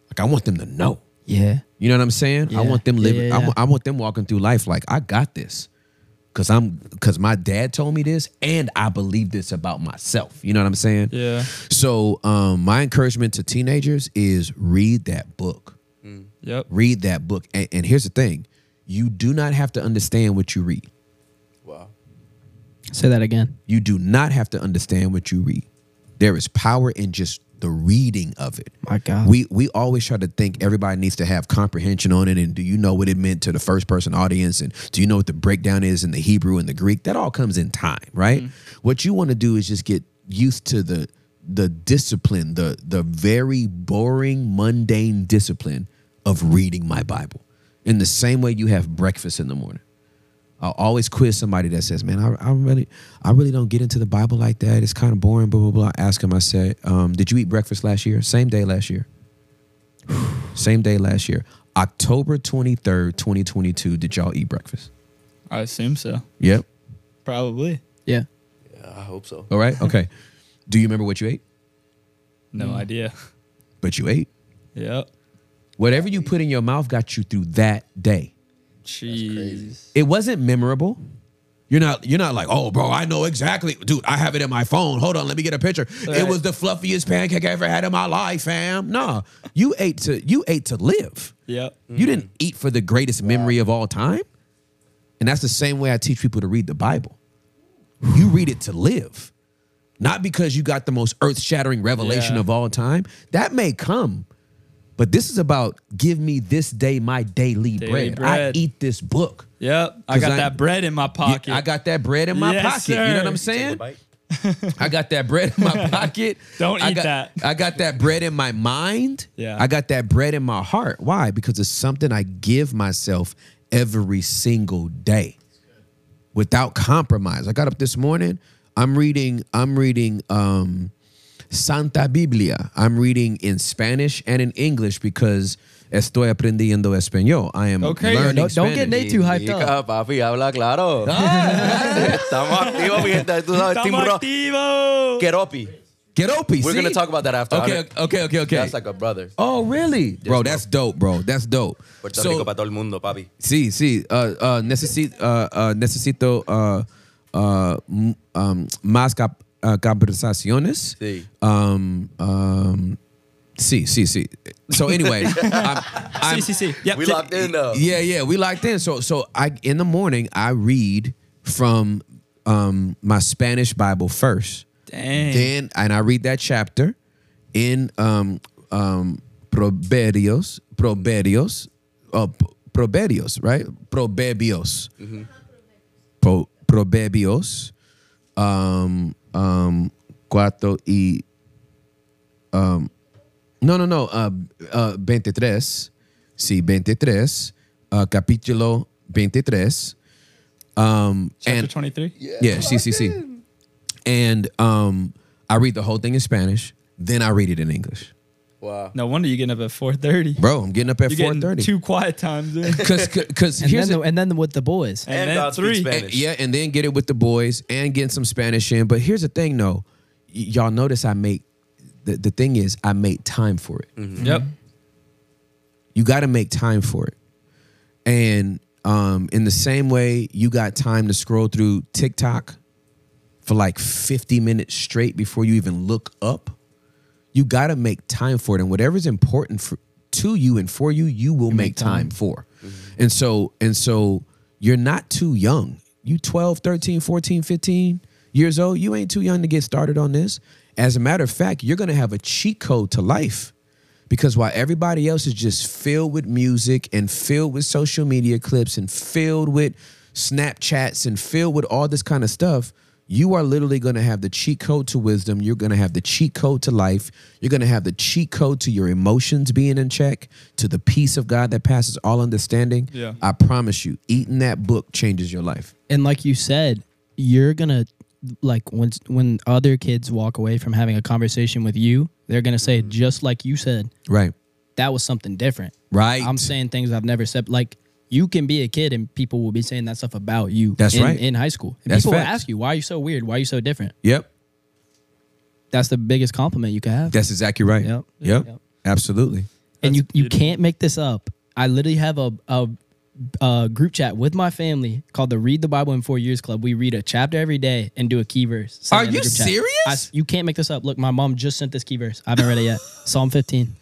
Speaker 3: Like I want them to know.
Speaker 2: Yeah.
Speaker 3: You know what I'm saying?
Speaker 2: Yeah.
Speaker 3: I want them
Speaker 2: Yeah,
Speaker 3: living.
Speaker 2: yeah,
Speaker 3: I,
Speaker 2: yeah.
Speaker 3: want, I want them walking through life like I got this, because I'm because my dad told me this, and I believe this about myself. You know what I'm saying?
Speaker 1: Yeah.
Speaker 3: So um, my encouragement to teenagers is read that book.
Speaker 1: Yep.
Speaker 3: Read that book. And, and here's the thing: you do not have to understand what you read.
Speaker 4: Wow.
Speaker 2: Say that again.
Speaker 3: You do not have to understand what you read. There is power in just the reading of it.
Speaker 2: My God.
Speaker 3: We we always try to think everybody needs to have comprehension on it and do you know what it meant to the first person audience and do you know what the breakdown is in the Hebrew and the Greek? That all comes in time, right? What you want to do is just get used to the the discipline, the the very boring, mundane discipline of reading my Bible. In the same way you have breakfast in the morning. I'll always quiz somebody that says, "Man, I, I really, I really don't get into the Bible like that. It's kind of boring." Blah blah blah. I ask him. I said, um, "Did you eat breakfast last year? Same day last year. Same day last year. October twenty third, twenty twenty two. Did y'all eat breakfast?
Speaker 1: I assume so.
Speaker 3: Yep.
Speaker 1: Probably.
Speaker 2: Yeah.
Speaker 4: Yeah, I hope so.
Speaker 3: All right. Okay. Do you remember what you ate?
Speaker 1: No
Speaker 2: Mm.
Speaker 1: idea.
Speaker 3: But you ate.
Speaker 1: Yep.
Speaker 3: Whatever you put in your mouth got you through that day.
Speaker 1: Jeez.
Speaker 3: It wasn't memorable. You're not. You're not like, oh, bro, I know exactly, dude. I have it in my phone. Hold on, let me get a picture. It
Speaker 1: Right.
Speaker 3: was the fluffiest pancake I ever had in my life, fam. Nah, you ate to you ate to live.
Speaker 1: Yep.
Speaker 3: You didn't eat for the greatest memory of all time. And that's the same way I teach people to read the Bible. You read it to live, not because you got the most earth shattering revelation
Speaker 1: Yeah.
Speaker 3: of all time. That may come, But this is about give me this day my daily,
Speaker 1: Daily
Speaker 3: bread.
Speaker 1: bread.
Speaker 3: I eat this book.
Speaker 1: Yep. I
Speaker 3: 'Cause
Speaker 1: got
Speaker 3: I-
Speaker 1: that bread in my
Speaker 3: Yeah,
Speaker 1: pocket.
Speaker 3: I got that bread in my
Speaker 1: Yes,
Speaker 3: pocket. You know
Speaker 1: sir.
Speaker 3: what I'm
Speaker 4: Take a
Speaker 3: saying?
Speaker 4: bite.
Speaker 3: I got that bread in my pocket.
Speaker 1: Don't
Speaker 3: I
Speaker 1: eat
Speaker 3: got-
Speaker 1: that.
Speaker 3: I got that bread in my mind.
Speaker 1: Yeah.
Speaker 3: I got that bread in my heart. Why? Because it's something I give myself every single day without compromise. I got up this morning. I'm reading. I'm reading. Um, Santa Biblia. I'm reading in Spanish and in English because estoy aprendiendo español. I am
Speaker 1: Okay.
Speaker 3: learning
Speaker 2: Don't- don't get
Speaker 3: Spanish.
Speaker 2: Nate too hyped
Speaker 4: Chica,
Speaker 2: up.
Speaker 4: Ah, Papi, habla claro.
Speaker 3: Ah.
Speaker 4: Estamos activos, mi gente. Tú sabes,
Speaker 1: Estamos
Speaker 4: Team Ro-
Speaker 1: activos.
Speaker 4: Queropi.
Speaker 3: Get opie.
Speaker 4: We're going to
Speaker 3: see?
Speaker 4: talk about that after.
Speaker 3: Okay,
Speaker 4: Ahora-
Speaker 3: okay, okay, okay.
Speaker 4: That's like a brother.
Speaker 3: Oh, really? bro, that's dope, bro. That's dope.
Speaker 4: Puerto
Speaker 3: So,
Speaker 4: Rico para todo el mundo, papi.
Speaker 3: see, see, uh, uh, necesito, uh, uh, necesito, uh, uh, m- um, más cap- uh, conversaciones.
Speaker 4: Sí.
Speaker 3: Um, um, see, see, see. So anyway, I'm, I'm,
Speaker 1: See, see, see. Yep.
Speaker 4: we locked in, though.
Speaker 3: yeah, yeah, we locked in. So, so I in the morning I read from um my Spanish Bible first.
Speaker 1: Dang.
Speaker 3: Then and I read that chapter in um um Proverbios, Proverbios, uh, P- Proverbios, right? Proverbios. Pro, proverbios. Um um cuatro y um no no no uh uh 23. Sí, 23. Uh capítulo 23. Um
Speaker 1: Chapter
Speaker 3: and
Speaker 1: 23.
Speaker 3: yeah, CCC. And um, I read the whole thing in Spanish, then I read it in English.
Speaker 4: Wow.
Speaker 1: No wonder you're getting up at 4:30.
Speaker 3: Bro, I'm getting up at
Speaker 1: You're getting
Speaker 3: 4:30.
Speaker 1: two quiet times in.
Speaker 3: Cause, cause, 'cause
Speaker 2: And
Speaker 3: here's
Speaker 2: then, the,
Speaker 3: the-
Speaker 2: and then with the boys.
Speaker 1: And then
Speaker 4: God
Speaker 1: three.
Speaker 4: speaks
Speaker 3: and-
Speaker 4: Spanish.
Speaker 3: yeah, and then get it with the boys and getting some Spanish in. But here's the thing, though, Y- y'all notice I make the, the thing is I make time for it.
Speaker 1: Yep.
Speaker 3: You got to make time for it. And um, in the same way, you got time to scroll through TikTok for like 50 minutes straight before you even look up. You got to make time for it. And whatever's important for, to you and for you, you will make, time, Mm-hmm. for. And so, and so you're not too young. You 12, 13, 14, 15 years old, you ain't too young to get started on this. As a matter of fact, you're going to have a cheat code to life. Because while everybody else is just filled with music and filled with social media clips and filled with Snapchats and filled with all this kind of stuff, you are literally going to have the cheat code to wisdom. You're going to have the cheat code to life. You're going to have the cheat code to your emotions being in check, to the peace of God that passes all understanding.
Speaker 1: Yeah.
Speaker 3: I promise you, eating that book changes your life.
Speaker 2: and like you said, you're gonna like when when other kids walk away from having a conversation with you, they're gonna say
Speaker 3: Mm-hmm.
Speaker 2: just like you said,
Speaker 3: Right.
Speaker 2: that was something different.
Speaker 3: Right.
Speaker 2: I'm saying things I've never said. Like you can be a kid and people will be saying that stuff about you.
Speaker 3: That's
Speaker 2: in,
Speaker 3: right.
Speaker 2: In high school, and
Speaker 3: That's
Speaker 2: people will
Speaker 3: facts.
Speaker 2: ask you, "Why are you so weird? Why are you so different?"
Speaker 3: Yep.
Speaker 2: That's the biggest compliment you can have.
Speaker 3: That's exactly right.
Speaker 2: Yep.
Speaker 3: Yep.
Speaker 2: Yep.
Speaker 3: Absolutely.
Speaker 2: and you
Speaker 1: That's
Speaker 2: you
Speaker 1: beautiful.
Speaker 2: can't make this up. I literally have a, a a group chat with my family called the Read the Bible in Four Years Club. We read a chapter every day and do a key verse. Send
Speaker 3: Are
Speaker 2: it in the
Speaker 3: you
Speaker 2: group chat.
Speaker 3: serious?
Speaker 2: I s- you can't make this up. Look, my mom just sent this key verse. I haven't read it yet. Psalm 15.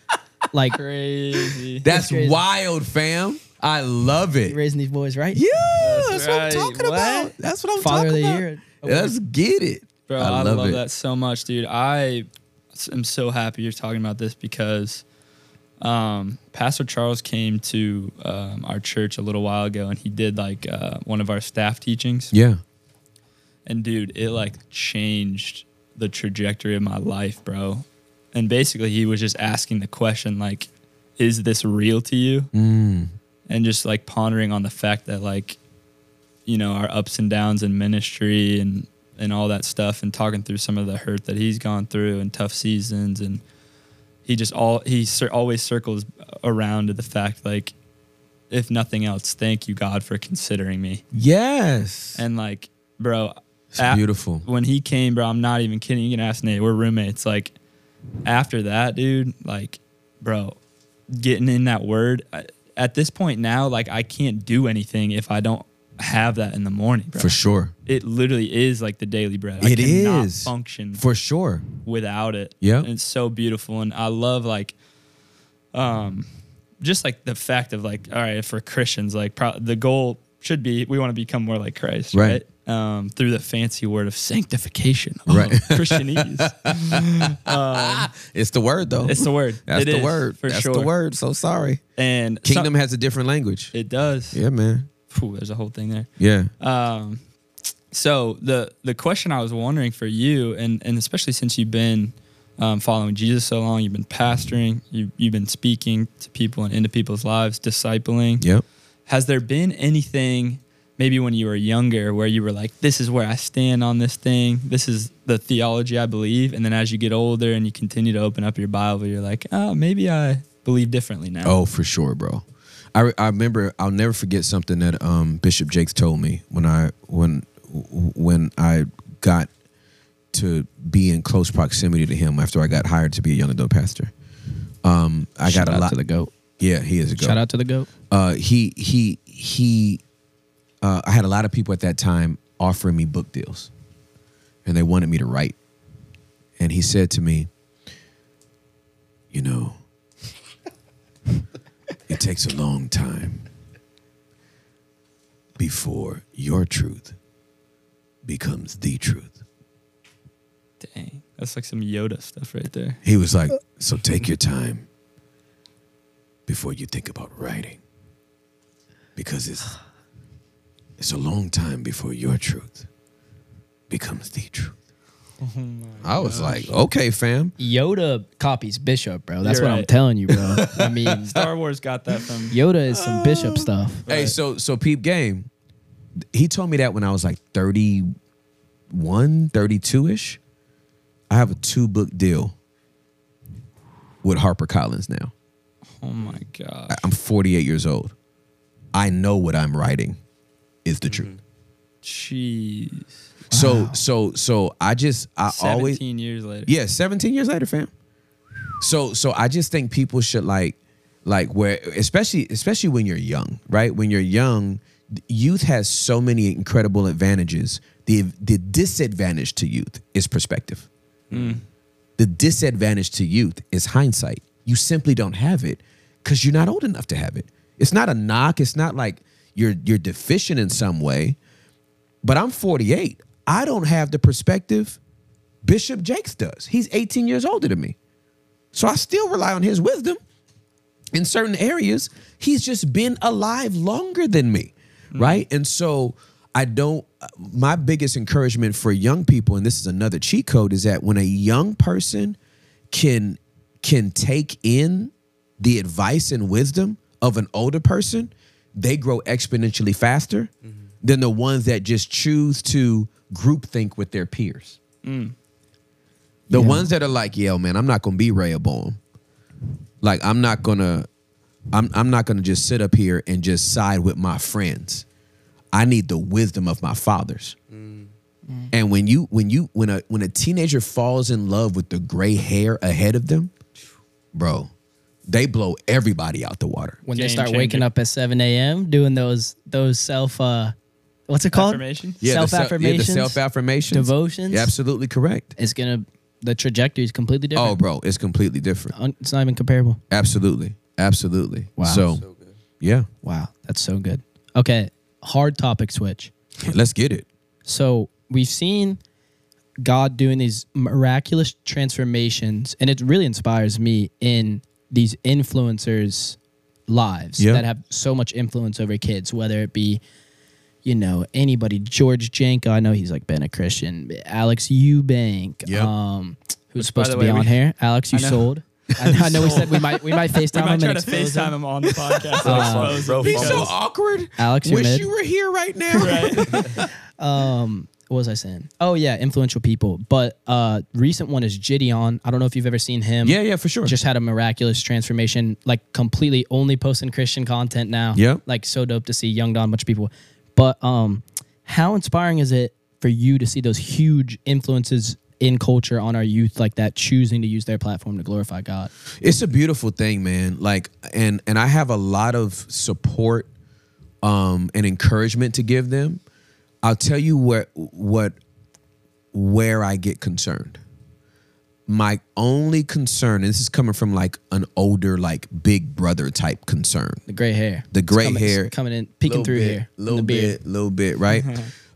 Speaker 2: Like
Speaker 1: Crazy.
Speaker 3: That's
Speaker 2: crazy.
Speaker 3: wild, fam. I love it.
Speaker 2: raising these boys, right?
Speaker 3: Yeah,
Speaker 1: That's
Speaker 3: that's,
Speaker 1: right.
Speaker 3: what I'm talking
Speaker 1: What?
Speaker 3: about. That's what I'm
Speaker 2: Father of
Speaker 3: talking
Speaker 2: the
Speaker 3: about.
Speaker 2: year.
Speaker 3: Let's get it.
Speaker 1: Bro, I, love, that so much, dude. I s- am so happy you're talking about this because um, Pastor Charles came to um, our church a little while ago and he did like uh, one of our staff teachings.
Speaker 3: Yeah.
Speaker 1: And dude, it like changed the trajectory of my life, bro. And basically, he was just asking the question, like, is this real to you?
Speaker 3: Mm.
Speaker 1: and just like pondering on the fact that like you know our ups and downs in ministry and and all that stuff and talking through some of the hurt that he's gone through and tough seasons and he just all he cir- always circles around to the fact like if nothing else thank you god for considering me
Speaker 3: Yes.
Speaker 1: and like bro
Speaker 3: it's
Speaker 1: a-
Speaker 3: beautiful.
Speaker 1: when he came, bro, I'm not even kidding. You can ask Nate. We're roommates. Like after that, dude, like, bro, getting in that word I, at this point now, like I can't do anything if I don't have that in the morning, bro.
Speaker 3: For sure.
Speaker 1: It literally is like the daily bread. I
Speaker 3: It
Speaker 1: cannot
Speaker 3: is.
Speaker 1: function
Speaker 3: For sure.
Speaker 1: without it.
Speaker 3: Yeah.
Speaker 1: And it's so beautiful. And I love like, um, just like the fact of like, all right, for Christians, like pro- the goal should be we want to become more like Christ,
Speaker 3: Right.
Speaker 1: right? um, through the fancy word of sanctification, oh,
Speaker 3: Right.
Speaker 1: Christianese.
Speaker 3: It's the word though.
Speaker 1: It's the word.
Speaker 3: That's
Speaker 1: It
Speaker 3: the
Speaker 1: is,
Speaker 3: word.
Speaker 1: for
Speaker 3: That's
Speaker 1: sure.
Speaker 3: the word. So sorry.
Speaker 1: and some-
Speaker 3: Kingdom has a different language.
Speaker 1: it does.
Speaker 3: yeah, man.
Speaker 1: Phew, there's a whole thing there.
Speaker 3: Yeah.
Speaker 1: Um, so the the question I was wondering for you, and and especially since you've been um, following Jesus so long, you've been pastoring, you you've been speaking to people and into people's lives, discipling.
Speaker 3: Yep.
Speaker 1: Has there been anything, maybe when you were younger, where you were like, "This is where I stand on this thing. This is the theology I believe," and then as you get older and you continue to open up your Bible, you're like, "Oh, maybe I believe differently now."
Speaker 3: Oh, for sure, bro. I, re- I remember I'll never forget something that um, Bishop Jakes told me when I when when I got to be in close proximity to him after I got hired to be a young adult pastor. Um, I
Speaker 2: Shout
Speaker 3: got a
Speaker 2: out
Speaker 3: lot
Speaker 2: to the goat.
Speaker 3: Yeah, he is a goat
Speaker 2: Shout out to the goat.
Speaker 3: uh, he he he uh, I had a lot of people at that time offering me book deals and they wanted me to write and he said to me you know it takes a long time before your truth becomes the truth
Speaker 1: Dang, that's like some Yoda stuff right there.
Speaker 3: he was like so take your time before you think about writing because it's it's a long time before your truth becomes the truth. I was like, okay, fam.
Speaker 2: Yoda copies Bishop, bro. That's
Speaker 1: You're
Speaker 2: what I'm
Speaker 1: right.
Speaker 2: telling you, bro. I mean,
Speaker 1: Star Wars got that from
Speaker 2: Yoda is some
Speaker 1: Oh.
Speaker 2: Bishop stuff.
Speaker 3: Hey, so so peep game. He told me that when I was like 31, 32-ish. I have a two-book deal with HarperCollins now.
Speaker 1: Oh my god.
Speaker 3: I- I'm 48 years old. I know what I'm writing is the truth.
Speaker 1: Jeez.
Speaker 3: So so so I just I
Speaker 1: 17
Speaker 3: always
Speaker 1: years later.
Speaker 3: Yeah, 17 years later, fam. So so I just think people should like like where especially especially when you're young, right? When you're young, youth has so many incredible advantages. The the disadvantage to youth is perspective. The disadvantage to youth is hindsight. You simply don't have it cuz you're not old enough to have it. It's not a knock, it's not like you're you're deficient in some way, but I'm 48. I don't have the perspective Bishop Jakes does. He's 18 years older than me. So I still rely on his wisdom in certain areas. He's just been alive longer than me, right? And so I don't, my biggest encouragement for young people, and this is another cheat code, is that when a young person can can take in the advice and wisdom of an older person, they grow exponentially faster than the ones that just choose to groupthink with their peers. The
Speaker 2: Yeah.
Speaker 3: ones that are like, yo, man, I'm not gonna be Ray Bohm. Like, I'm not gonna, I'm I'm not gonna just sit up here and just side with my friends. I need the wisdom of my fathers. And when you when you when a when a teenager falls in love with the gray hair ahead of them, bro, they blow everybody out the water.
Speaker 2: When they
Speaker 1: Game
Speaker 2: start waking
Speaker 1: changer.
Speaker 2: up at 7 a.m. doing those those self uh, what's it called?
Speaker 1: Affirmations?
Speaker 3: the
Speaker 2: Self
Speaker 3: se- yeah, the
Speaker 2: affirmations.
Speaker 3: self affirmations,
Speaker 2: Devotions?
Speaker 3: absolutely correct.
Speaker 2: it's gonna the trajectory is completely
Speaker 3: Oh,
Speaker 2: different.
Speaker 3: bro, it's completely different.
Speaker 2: Un- it's not even comparable.
Speaker 3: Absolutely, absolutely.
Speaker 2: Wow.
Speaker 3: So, yeah,
Speaker 2: Wow, that's so good. Okay, hard topic switch.
Speaker 3: let's get it.
Speaker 2: So we've seen God doing these miraculous transformations, and it really inspires me in these influencers' lives
Speaker 3: Yeah.
Speaker 2: that have so much influence over kids, whether it be, you know, anybody, George Jenko. I know he's like been a Christian, Alex Eubank,
Speaker 3: Yeah.
Speaker 2: um, who's
Speaker 1: by
Speaker 2: supposed
Speaker 1: the
Speaker 2: to be
Speaker 1: way,
Speaker 2: on
Speaker 1: we-
Speaker 2: here. Alex, you
Speaker 1: I know.
Speaker 2: sold. I know, I know we said we might we might
Speaker 1: We
Speaker 2: FaceTime
Speaker 1: might
Speaker 2: him
Speaker 1: try
Speaker 2: and
Speaker 1: to
Speaker 2: expose him.
Speaker 1: FaceTime him on the podcast.
Speaker 4: Uh,
Speaker 1: I
Speaker 4: bro,
Speaker 1: suppose,
Speaker 4: He's so
Speaker 1: because-
Speaker 3: awkward.
Speaker 2: Alex, you're mid.
Speaker 3: were here right now.
Speaker 1: Right.
Speaker 2: um what was I saying? Oh yeah, influential people. But uh recent one is Gideon. I don't know if you've ever seen him.
Speaker 3: Yeah, yeah, for sure.
Speaker 2: Just had a miraculous transformation, like completely only posting Christian content now.
Speaker 3: Yep.
Speaker 2: Like so dope to see young Don bunch of people. But um how inspiring is it for you to see those huge influences in culture on our youth like that choosing to use their platform to glorify God?
Speaker 3: it's a beautiful thing, man. Like, and and I have a lot of support um, and encouragement to give them. I'll tell you what what where I get concerned. My only concern, and this is coming from like an older, like big brother type concern.
Speaker 2: The gray hair.
Speaker 3: The
Speaker 2: It's
Speaker 3: gray
Speaker 2: coming- it's
Speaker 3: hair.
Speaker 2: coming in peeking through here. in
Speaker 3: little
Speaker 2: the Mm-hmm. beard.
Speaker 3: bit, little bit, right?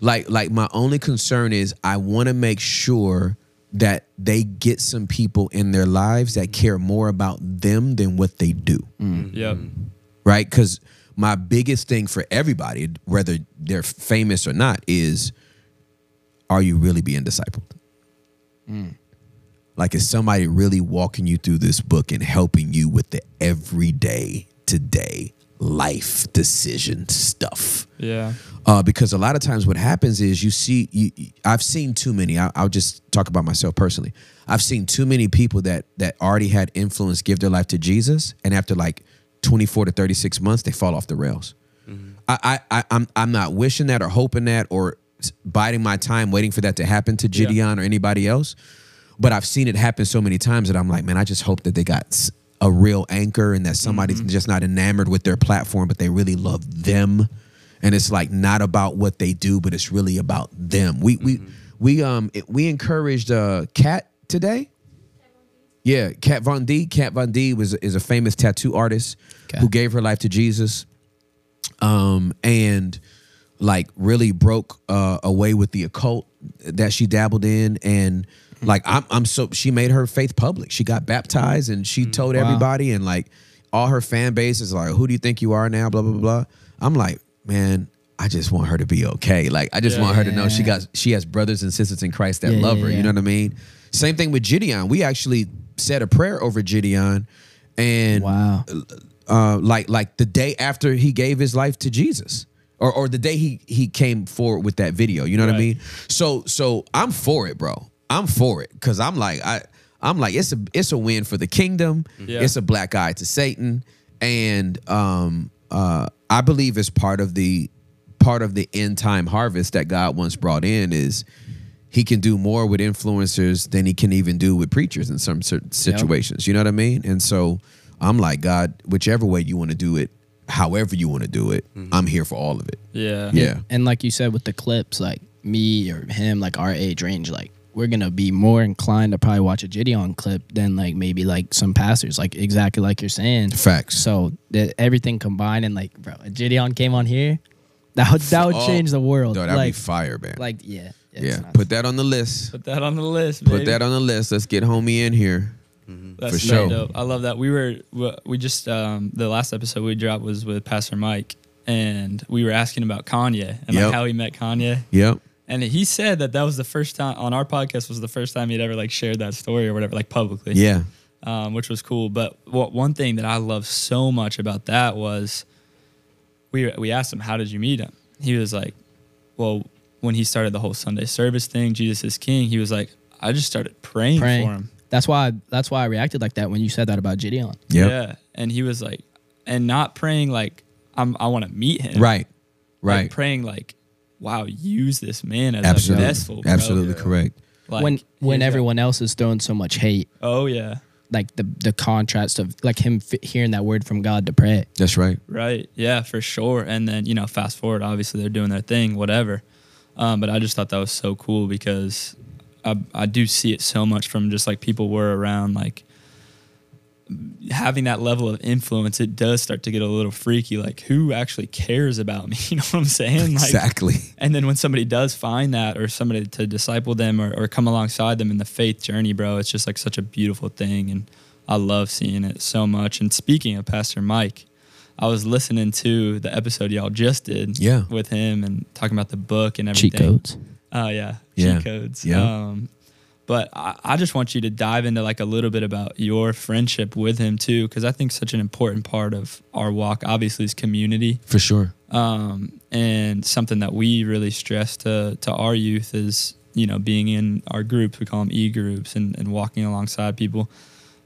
Speaker 3: like like my only concern is I want to make sure that they get some people in their lives that care more about them than what they do
Speaker 1: Yep.
Speaker 3: right? Because my biggest thing for everybody, whether they're famous or not, is are you really being discipled? Like, is somebody really walking you through this book and helping you with the everyday, today life decision stuff?
Speaker 1: Yeah.
Speaker 3: uh, because a lot of times what happens is you see you, you- i've seen too many I, i'll just talk about myself personally i've seen too many people that that already had influence give their life to jesus and after like 24 to 36 months they fall off the rails I, I i i'm i'm not wishing that or hoping that or s- biding my time waiting for that to happen to
Speaker 1: Yeah.
Speaker 3: gideon or anybody else but i've seen it happen so many times that i'm like man i just hope that they got s- a real anchor and that somebody's just not enamored with their platform but they really love them and it's like not about what they do, but it's really about them. We we we um it- we encouraged uh Cat today. Yeah, Kat Von D. Kat Von D was is a famous tattoo artist
Speaker 2: Okay.
Speaker 3: who gave her life to Jesus. Um and like really broke uh away with the occult that she dabbled in and like I'm I'm so she made her faith public. She got baptized and
Speaker 2: Mm,
Speaker 3: she told everybody and like all her fan base is like, who do you think you are now? Blah blah blah. I'm like, man, I just want her to be okay. Like I just
Speaker 1: Yeah.
Speaker 3: want her to know she
Speaker 2: Yeah.
Speaker 3: got she has brothers and sisters in Christ that
Speaker 2: Yeah,
Speaker 3: love
Speaker 2: yeah,
Speaker 3: her. You
Speaker 2: yeah.
Speaker 3: know what I mean? Same thing with Gideon. We actually said a prayer over Gideon, and
Speaker 2: Wow.
Speaker 3: uh, like like the day after he gave his life to Jesus, or or the day he he came forward with that video. You know what I
Speaker 1: Right.
Speaker 3: mean? So so I'm for it, bro. I'm for it because I'm like I I'm like it's a it's a win for the kingdom.
Speaker 1: Yeah.
Speaker 3: It's a black eye to Satan, and um uh I believe it's part of the part of the end time harvest that God once brought in is. He can do more with influencers than he can even do with preachers in some certain situations. You know what I mean? And so I'm like, God, whichever way you want to do it, however you want to do it, I'm here for all of it.
Speaker 1: Mm-hmm. Yeah.
Speaker 3: Yeah.
Speaker 2: And like you said with the clips, like me or him, like our age range, like we're gonna be more inclined to probably watch a Gideon clip than like maybe like some pastors, like exactly like you're saying.
Speaker 3: Facts.
Speaker 2: So that everything combined and like, bro, if Gideon came on here, that would that would
Speaker 3: Oh,
Speaker 2: change the world.
Speaker 3: Dude, that'd
Speaker 2: like,
Speaker 3: be fire, man.
Speaker 2: like yeah,
Speaker 3: yeah. Put that on the list.
Speaker 1: Put that on the list.
Speaker 3: Put
Speaker 1: baby.
Speaker 3: that on the list. Let's get homie in here.
Speaker 1: That's
Speaker 3: For
Speaker 1: straight
Speaker 3: sure.
Speaker 1: dope. I love that. We were we- we just um, the last episode we dropped was with Pastor Mike, and we were asking about Kanye and
Speaker 3: Yep.
Speaker 1: like how he met Kanye,
Speaker 3: Yep.
Speaker 1: and he said that that was the first time on our podcast was the first time he'd ever like shared that story or whatever like publicly
Speaker 3: Yeah.
Speaker 1: um, which was cool. But what one thing that I love so much about that was we we asked him how did you meet him. He was like, well, when he started the whole Sunday service thing, Jesus is King. He was like, I just started praying,
Speaker 2: praying.
Speaker 1: for him.
Speaker 2: That's why that's why I reacted like that when you said that about Gideon.
Speaker 3: Yep.
Speaker 1: Yeah, and he was like, and not praying like I'm, I want to meet him.
Speaker 3: Right.
Speaker 1: Like,
Speaker 3: Right.
Speaker 1: praying like, wow, use this man as a vessel.
Speaker 3: Absolutely.
Speaker 1: bro.
Speaker 3: Absolutely correct.
Speaker 1: Like,
Speaker 2: when
Speaker 1: he was
Speaker 2: when
Speaker 1: like,
Speaker 2: everyone else is throwing so much hate,
Speaker 1: oh yeah,
Speaker 2: like the the contrast of like him f- hearing that word from God to pray.
Speaker 3: That's right.
Speaker 1: Right. Yeah, for sure. And then, you know, fast forward, obviously they're doing their thing, whatever. Um, but I just thought that was so cool because I, I do see it so much from just like people were around, like having that level of influence, it does start to get a little freaky. Like, who actually cares about me? You know what I'm saying? Like,
Speaker 3: exactly.
Speaker 1: and then when somebody does find that or somebody to disciple them or, or come alongside them in the faith journey, bro, it's just like such a beautiful thing. And I love seeing it so much. And speaking of Pastor Mike, I was listening to the episode y'all just did
Speaker 3: Yeah.
Speaker 1: with him and talking about the book and everything.
Speaker 2: Cheat codes.
Speaker 1: Oh yeah,
Speaker 3: Yeah.
Speaker 1: cheat codes.
Speaker 3: Yeah.
Speaker 1: Um, but I, I just want you to dive into like a little bit about your friendship with him too, because I think such an important part of our walk, obviously, is community
Speaker 3: For sure.
Speaker 1: um, and something that we really stress to to our youth is you know being in our groups we call them e groups and, and walking alongside people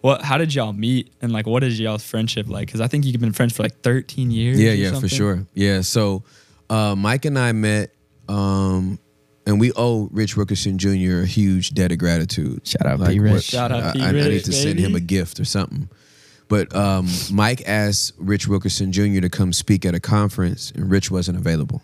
Speaker 1: what how did y'all meet and like what is y'all's friendship like because i think you've been friends for like 13 years
Speaker 3: Yeah,
Speaker 1: or
Speaker 3: yeah, for
Speaker 1: something.
Speaker 3: sure. Yeah. So uh, Mike and I met, um, and we owe Rich Wilkerson Jr. a huge debt of gratitude.
Speaker 2: Shout out P. Rich.
Speaker 3: what-
Speaker 1: Shout out P.
Speaker 3: I, I need
Speaker 1: Rich,
Speaker 3: to send him a
Speaker 1: baby.
Speaker 3: gift or something. But um, Mike asked Rich Wilkerson Jr. to come speak at a conference, and Rich wasn't available,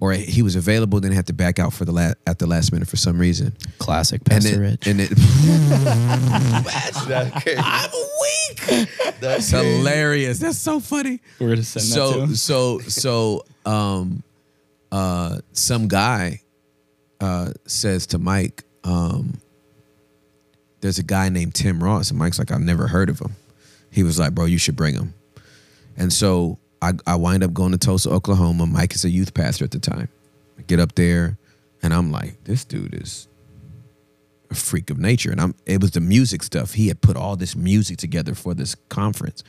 Speaker 3: or he was available, then had to back out for the la- at the last minute for some reason.
Speaker 2: Classic
Speaker 3: And
Speaker 2: Pastor
Speaker 3: then,
Speaker 2: Rich.
Speaker 3: and it,
Speaker 4: I'm weak.
Speaker 3: that's hilarious. That's so funny.
Speaker 1: we're gonna send that
Speaker 3: so
Speaker 1: to him.
Speaker 3: so so um uh, some guy uh, says to Mike, um, "There's a guy named Tim Ross," and Mike's like, "I've never heard of him." He was like, "Bro, you should bring him." And so I, I wind up going to Tulsa, Oklahoma. Mike is a youth pastor at the time. I get up there, and I'm like, "This dude is a freak of nature." And I'm it was the music stuff. He had put all this music together for this conference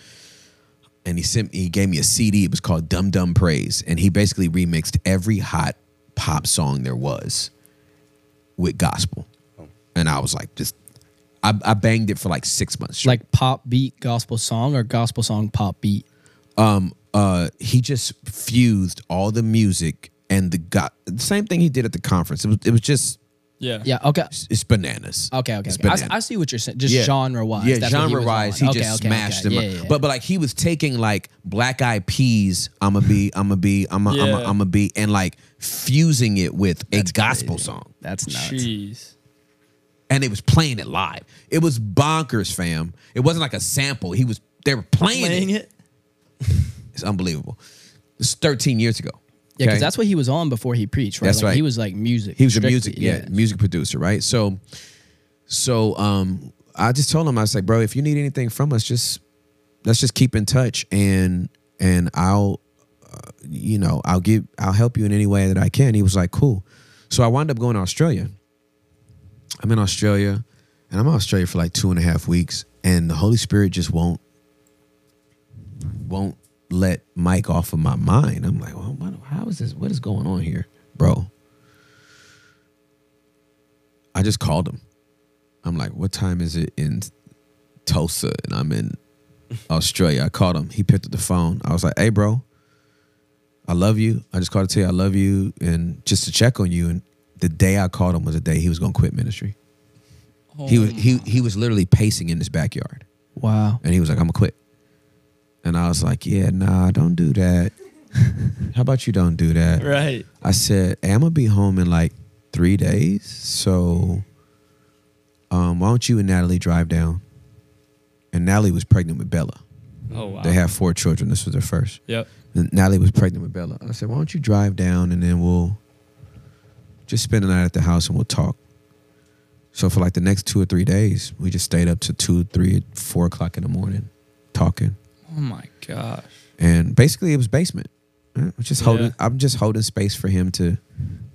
Speaker 3: and he sent he gave me a CD. It was called Dumb Dumb Praise, and he basically remixed every hot pop song there was with gospel. And I was like, just I, I banged it for like six months. straight.
Speaker 2: Like pop beat gospel song or gospel song pop beat.
Speaker 3: uh, he just fused all the music and the go- same thing he did at the conference. It was it was just
Speaker 1: Yeah.
Speaker 2: Yeah. Okay.
Speaker 3: it's bananas.
Speaker 2: Okay. Okay.
Speaker 3: It's
Speaker 2: okay. I,
Speaker 3: bananas.
Speaker 2: I see what you're saying. Just
Speaker 3: Yeah.
Speaker 2: genre wise.
Speaker 3: Yeah, genre wise, he just smashed them. up.
Speaker 2: Yeah, yeah,
Speaker 3: But but like he was taking like black eyed peas, I'ma be, I'ma be, I'ma,
Speaker 1: Yeah.
Speaker 3: I'ma, I'ma be, and like fusing it with a gospel song.
Speaker 2: that's nuts.
Speaker 1: Jeez.
Speaker 3: And they was playing it live. It was bonkers, fam. It wasn't like a sample. He was they were playing,
Speaker 1: Playing
Speaker 3: it.
Speaker 1: it.
Speaker 3: It's unbelievable. It's 13 years ago.
Speaker 2: Yeah, because
Speaker 3: okay?
Speaker 2: that's what he was on before he preached, right?
Speaker 3: That's
Speaker 2: like,
Speaker 3: right.
Speaker 2: He was like music.
Speaker 3: He was a
Speaker 2: strictly,
Speaker 3: music, yeah, music producer, right? So, so um, I just told him, I was like, bro, if you need anything from us, just let's just keep in touch, and and I'll, uh, you know, I'll give, I'll help you in any way that I can. He was like, cool. So I wound up going to Australia. I'm in Australia, and I'm in Australia for like two and a half weeks, and the Holy Spirit just won't won't let Mike off of my mind. I'm like, well, what, how is this? What is going on here, bro? I just called him. I'm like, what time is it in Tulsa? And I'm in Australia. I called him. He picked up the phone. I was like, hey, bro, I love you. I just called to tell you I love you and just to check on you. And the day I called him was the day he was going to quit ministry. He was he he was literally pacing in his backyard,
Speaker 2: Wow.
Speaker 3: and he was like, "I'm gonna quit." And I was like, "Yeah, nah, don't do that. How about you don't do that?"
Speaker 1: Right.
Speaker 3: I said, hey, I'm gonna be home in like three days. So um, why don't you and Natalie drive down? And Natalie was pregnant with Bella.
Speaker 1: Oh wow.
Speaker 3: They have four children. This was their first.
Speaker 1: Yep.
Speaker 3: And Natalie was pregnant with Bella. I said, why don't you drive down and then we'll just spend the night at the house and we'll talk. So for like the next two or three days, we just stayed up to two, three, four o'clock in the morning talking
Speaker 1: Oh my gosh.
Speaker 3: and basically it was basement. Uh, I'm just holding.
Speaker 1: Yeah.
Speaker 3: I'm just holding space for him to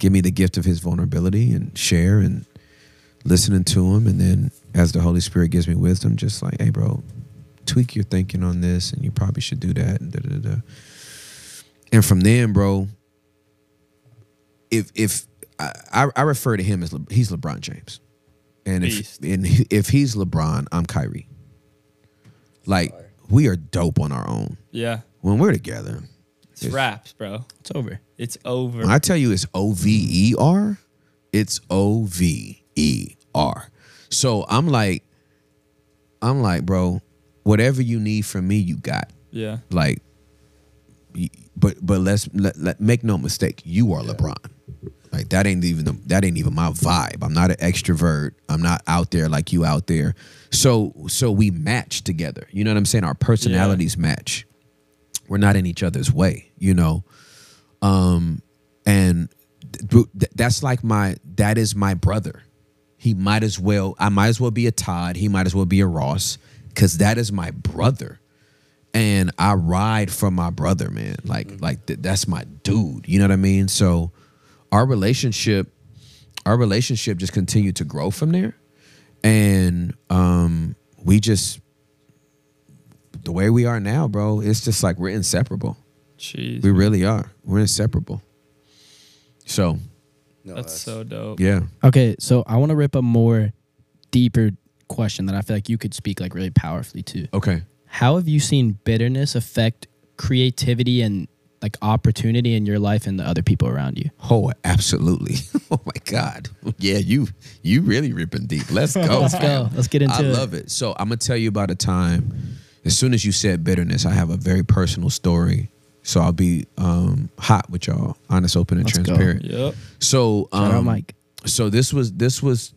Speaker 3: give me the gift of his vulnerability and share and listening to him, and then as the Holy Spirit gives me wisdom, just like, hey, bro, tweak your thinking on this, and you probably should do that. And, da, da, da, da. and from then, bro, if if I, I- I refer to him as Le, he's LeBron James, and if
Speaker 1: Beast.
Speaker 3: and he- if he's LeBron, I'm Kyrie. Like we are dope on our own
Speaker 1: Yeah.
Speaker 3: when we're together.
Speaker 1: It's wraps, bro.
Speaker 2: It's over.
Speaker 1: It's over.
Speaker 3: When I tell you it's O V E R, it's O V E R. So I'm like, I'm like, bro, whatever you need from me, you got.
Speaker 1: Yeah.
Speaker 3: Like, y- but but let's let, let- make no mistake, you are LeBron. Like that ain't even the- that ain't even my vibe. I'm not an extrovert. I'm not out there like you out there. So so we match together. You know what I'm saying? Our personalities match. We're not in each other's way. You know Um, and th- bro- th- that's like my that is my brother he might as well i might as well be a todd he might as well be a ross because that is my brother and i ride for my brother man like like th- that's my dude you know what i mean so our relationship our relationship just continued to grow from there and um we just the way we are now bro it's just like we're inseparable
Speaker 1: Jeez.
Speaker 3: we really are. We're inseparable. So
Speaker 4: No,
Speaker 1: that's, so dope.
Speaker 3: yeah,
Speaker 2: Okay, so I want to rip a more deeper question that I feel like you could speak like really powerfully to.
Speaker 3: okay.
Speaker 2: How have you seen bitterness affect creativity and like opportunity in your life and the other people around you?
Speaker 3: Oh, absolutely. oh my God. Yeah, you you really ripping deep. Let's go.
Speaker 2: Let's go. Let's get into
Speaker 3: I
Speaker 2: it.
Speaker 3: love it. So I'm gonna tell you about a time. As soon as you said bitterness, I have a very personal story. So I'll be um, hot with y'all, honest, open, and
Speaker 2: Let's go.
Speaker 3: transparent.
Speaker 1: Yep.
Speaker 3: So um,
Speaker 2: Shout out Mike.
Speaker 3: So this was this was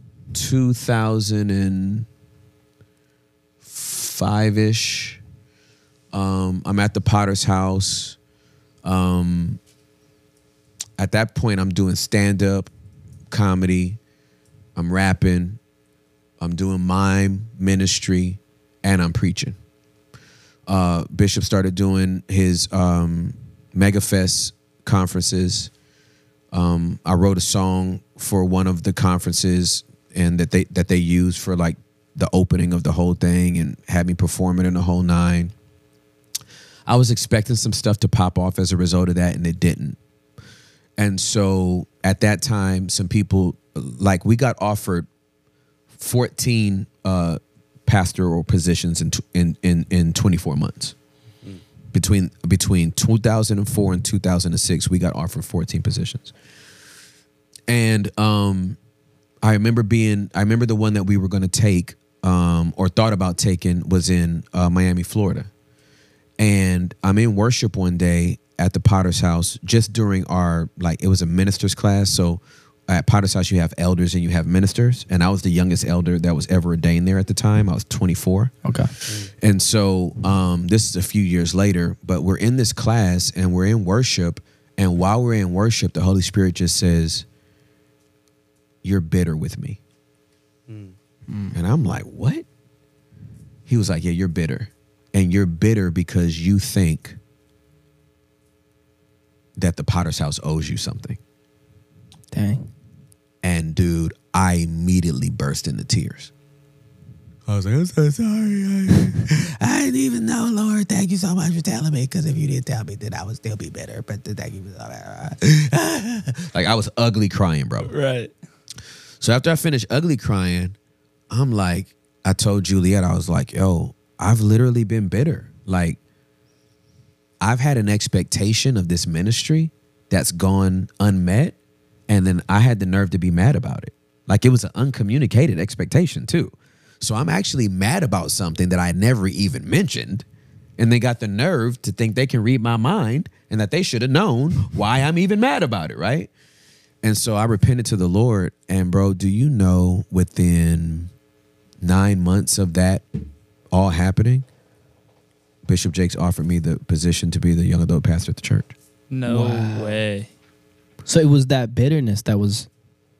Speaker 3: 2005 ish. Um, I'm at the Potter's house. Um, I at that point, I'm doing stand up, comedy, I'm rapping, I'm doing mime ministry, and I'm preaching. Uh, Bishop started doing his um, MegaFest conferences. Um, I wrote a song for one of the conferences, and that they that they used for like the opening of the whole thing, and had me perform it in the whole nine. I was expecting some stuff to pop off as a result of that, and it didn't. And so at that time, some people like we got offered 14 uh, pastoral positions in, tw- in in in 24 months. Between between 2004 and 2006, we got offered 14 positions. And um, I remember being I remember the one that we were going to take um, or thought about taking was in uh, Miami, Florida and I'm in worship one day at the Potter's house just during our like it was a ministers class so at Potter's house you have elders and you have ministers and I was the youngest elder that was ever ordained there at the time I was 24
Speaker 2: Okay.
Speaker 3: Mm. and so um, this is a few years later, but we're in this class and we're in worship. And while we're in worship, the Holy Spirit just says, You're bitter with me. And I'm like, What? He was like, Yeah, you're bitter. And you're bitter because you think that the potter's house owes you something.
Speaker 2: Dang.
Speaker 3: And dude, I immediately burst into tears. I was like, I'm so sorry. I, I didn't even know, Lord. Thank you so much for telling me. Because if you didn't tell me, then I would still be better. But thank you. like, I was ugly crying, bro.
Speaker 1: Right.
Speaker 3: So after I finished ugly crying, I'm like, I told Juliet, I was like, yo, I've literally been bitter. Like, I've had an expectation of this ministry that's gone unmet, and then I had the nerve to be mad about it. Like it was an uncommunicated expectation too. So I'm actually mad about something that I never even mentioned, and they got the nerve to think they can read my mind and that they should have known why I'm even mad about it, right? And so I repented to the Lord. And bro, do you know within nine months of that all happening, Bishop Jakes offered me the position to be the young adult pastor at the church.
Speaker 1: No
Speaker 2: Wow.
Speaker 1: way.
Speaker 2: So it was that bitterness that was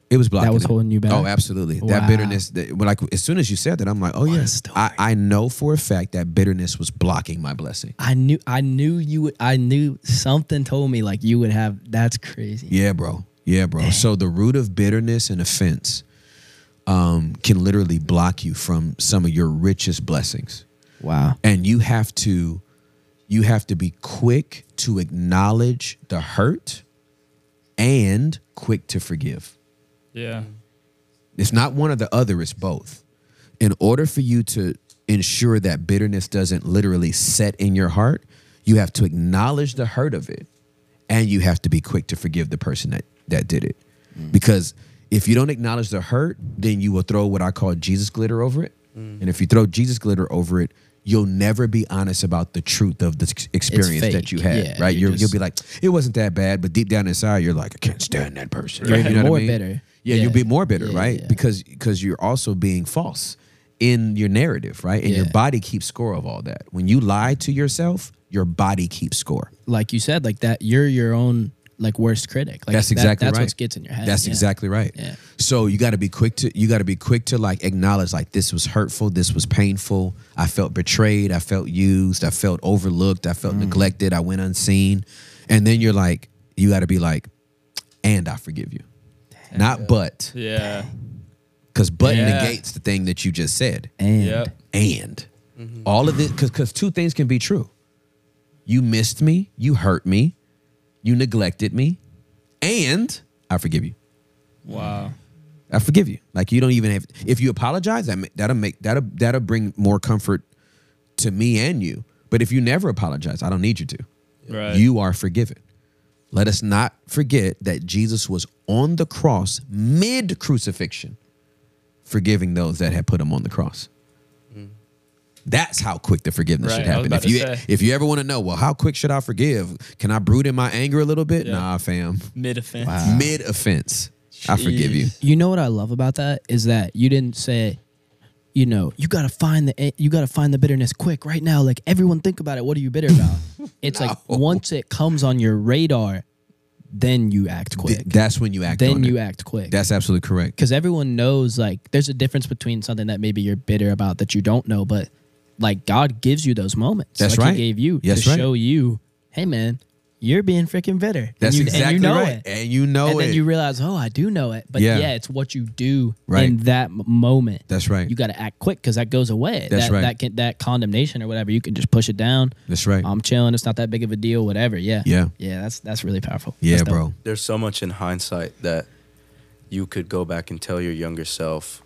Speaker 3: It was blocking.
Speaker 2: That was
Speaker 3: it.
Speaker 2: holding you back?
Speaker 3: Oh, absolutely.
Speaker 2: Wow.
Speaker 3: That bitterness. That, well, like as soon as you said that, I'm like, oh
Speaker 2: What a
Speaker 3: yes,
Speaker 2: story.
Speaker 3: I, I know for a fact that bitterness was blocking my blessing.
Speaker 2: I knew I knew you would I knew something told me like you would have that's crazy.
Speaker 3: Yeah, bro. Yeah, bro. So the root of bitterness and offense um, can literally block you from some of your richest blessings.
Speaker 2: Wow.
Speaker 3: and you have to you have to be quick to acknowledge the hurt and quick to forgive
Speaker 1: Yeah.
Speaker 3: it's not one or the other it's both in order for you to ensure that bitterness doesn't literally set in your heart you have to acknowledge the hurt of it and you have to be quick to forgive the person that that did it
Speaker 2: Mm.
Speaker 3: because if you don't acknowledge the hurt then you will throw what i call jesus glitter over it
Speaker 2: Mm.
Speaker 3: and if you throw jesus glitter over it you'll never be honest about the truth of the ex- experience that
Speaker 2: fake.
Speaker 3: you had
Speaker 2: Yeah,
Speaker 3: right
Speaker 2: you're
Speaker 3: you're, you'll
Speaker 2: just-
Speaker 3: be like it wasn't that bad but deep down inside you're like i can't stand that person
Speaker 2: You're
Speaker 3: You know what I
Speaker 2: more
Speaker 3: mean?
Speaker 2: bitter.
Speaker 3: yeah, you'll
Speaker 2: Yeah.
Speaker 3: be more bitter
Speaker 2: Yeah,
Speaker 3: right
Speaker 2: yeah.
Speaker 3: because because you're also being false in your narrative right and your
Speaker 2: Yeah.
Speaker 3: body keeps score of all that when you lie to yourself your body keeps score
Speaker 2: Like you said, like that you're your own like worst critic. Like
Speaker 3: that's
Speaker 2: that-
Speaker 3: exactly
Speaker 2: that's
Speaker 3: right.
Speaker 2: what gets in your head.
Speaker 3: That's
Speaker 2: Yeah.
Speaker 3: exactly right.
Speaker 2: Yeah.
Speaker 3: So you got to be quick to you got to be quick to like acknowledge like this was hurtful, this was painful. I felt betrayed, I felt used, I felt overlooked, I
Speaker 2: Mm.
Speaker 3: felt neglected, I went unseen. And then you're like you got to be like and I forgive you. Not but
Speaker 1: Yeah.
Speaker 3: cuz but
Speaker 1: Yeah.
Speaker 3: negates the thing that you just said
Speaker 2: And
Speaker 1: Yep.
Speaker 3: and all of this because because two things can be true you missed me you hurt me you neglected me and i forgive you
Speaker 1: Wow.
Speaker 3: i forgive you like you don't even have if you apologize that, ma- that'll make that'll that'll bring more comfort to me and you but if you never apologize i don't need you to
Speaker 1: Right.
Speaker 3: you are forgiven let us not forget that jesus was on the cross mid crucifixion forgiving those that had put him on the cross
Speaker 2: Mm.
Speaker 3: that's how quick the forgiveness
Speaker 1: Right,
Speaker 3: should
Speaker 1: I was
Speaker 3: happen.
Speaker 1: about
Speaker 3: If
Speaker 1: to
Speaker 3: you
Speaker 1: say.
Speaker 3: if you ever want to know, well, how quick should I forgive? Can I brood in my anger a little bit?
Speaker 1: Yeah.
Speaker 3: Nah, fam.
Speaker 1: mid offense.
Speaker 3: Mid offense, I forgive you.
Speaker 2: You know what I love about that is that you didn't say, you know, you gotta find the you gotta find the bitterness quick right now. Like everyone, think about it. What are you bitter about? it's like
Speaker 3: No.
Speaker 2: once it comes on your radar, then you act quick.
Speaker 3: Th- that's when you act.
Speaker 2: then
Speaker 3: on
Speaker 2: you
Speaker 3: it.
Speaker 2: act quick.
Speaker 3: That's absolutely correct.
Speaker 2: because everyone knows like there's a difference between something that maybe you're bitter about that you don't know, but like God gives you those moments.
Speaker 3: That's
Speaker 2: like
Speaker 3: right.
Speaker 2: He gave you
Speaker 3: That's
Speaker 2: to
Speaker 3: right.
Speaker 2: show you, hey man, you're being freaking bitter.
Speaker 3: That's
Speaker 2: and you, and
Speaker 3: exactly
Speaker 2: you know
Speaker 3: right.
Speaker 2: it.
Speaker 3: And you know
Speaker 2: and
Speaker 3: it.
Speaker 2: then you realize, oh, I do know it. But
Speaker 3: Yeah.
Speaker 2: yeah, it's what you do
Speaker 3: Right.
Speaker 2: in that m- moment.
Speaker 3: that's right.
Speaker 2: You got to act quick because that goes away.
Speaker 3: That's
Speaker 2: that,
Speaker 3: right.
Speaker 2: That can, that condemnation or whatever, you can just push it down. "Oh,
Speaker 3: that's right.
Speaker 2: I'm chilling. It's not that big of a deal. Whatever. Yeah.
Speaker 3: Yeah.
Speaker 2: Yeah. Um, That's that's really powerful.
Speaker 3: yeah,
Speaker 2: That's dope.
Speaker 3: bro.
Speaker 4: There's so much in hindsight that you could go back and tell your younger self,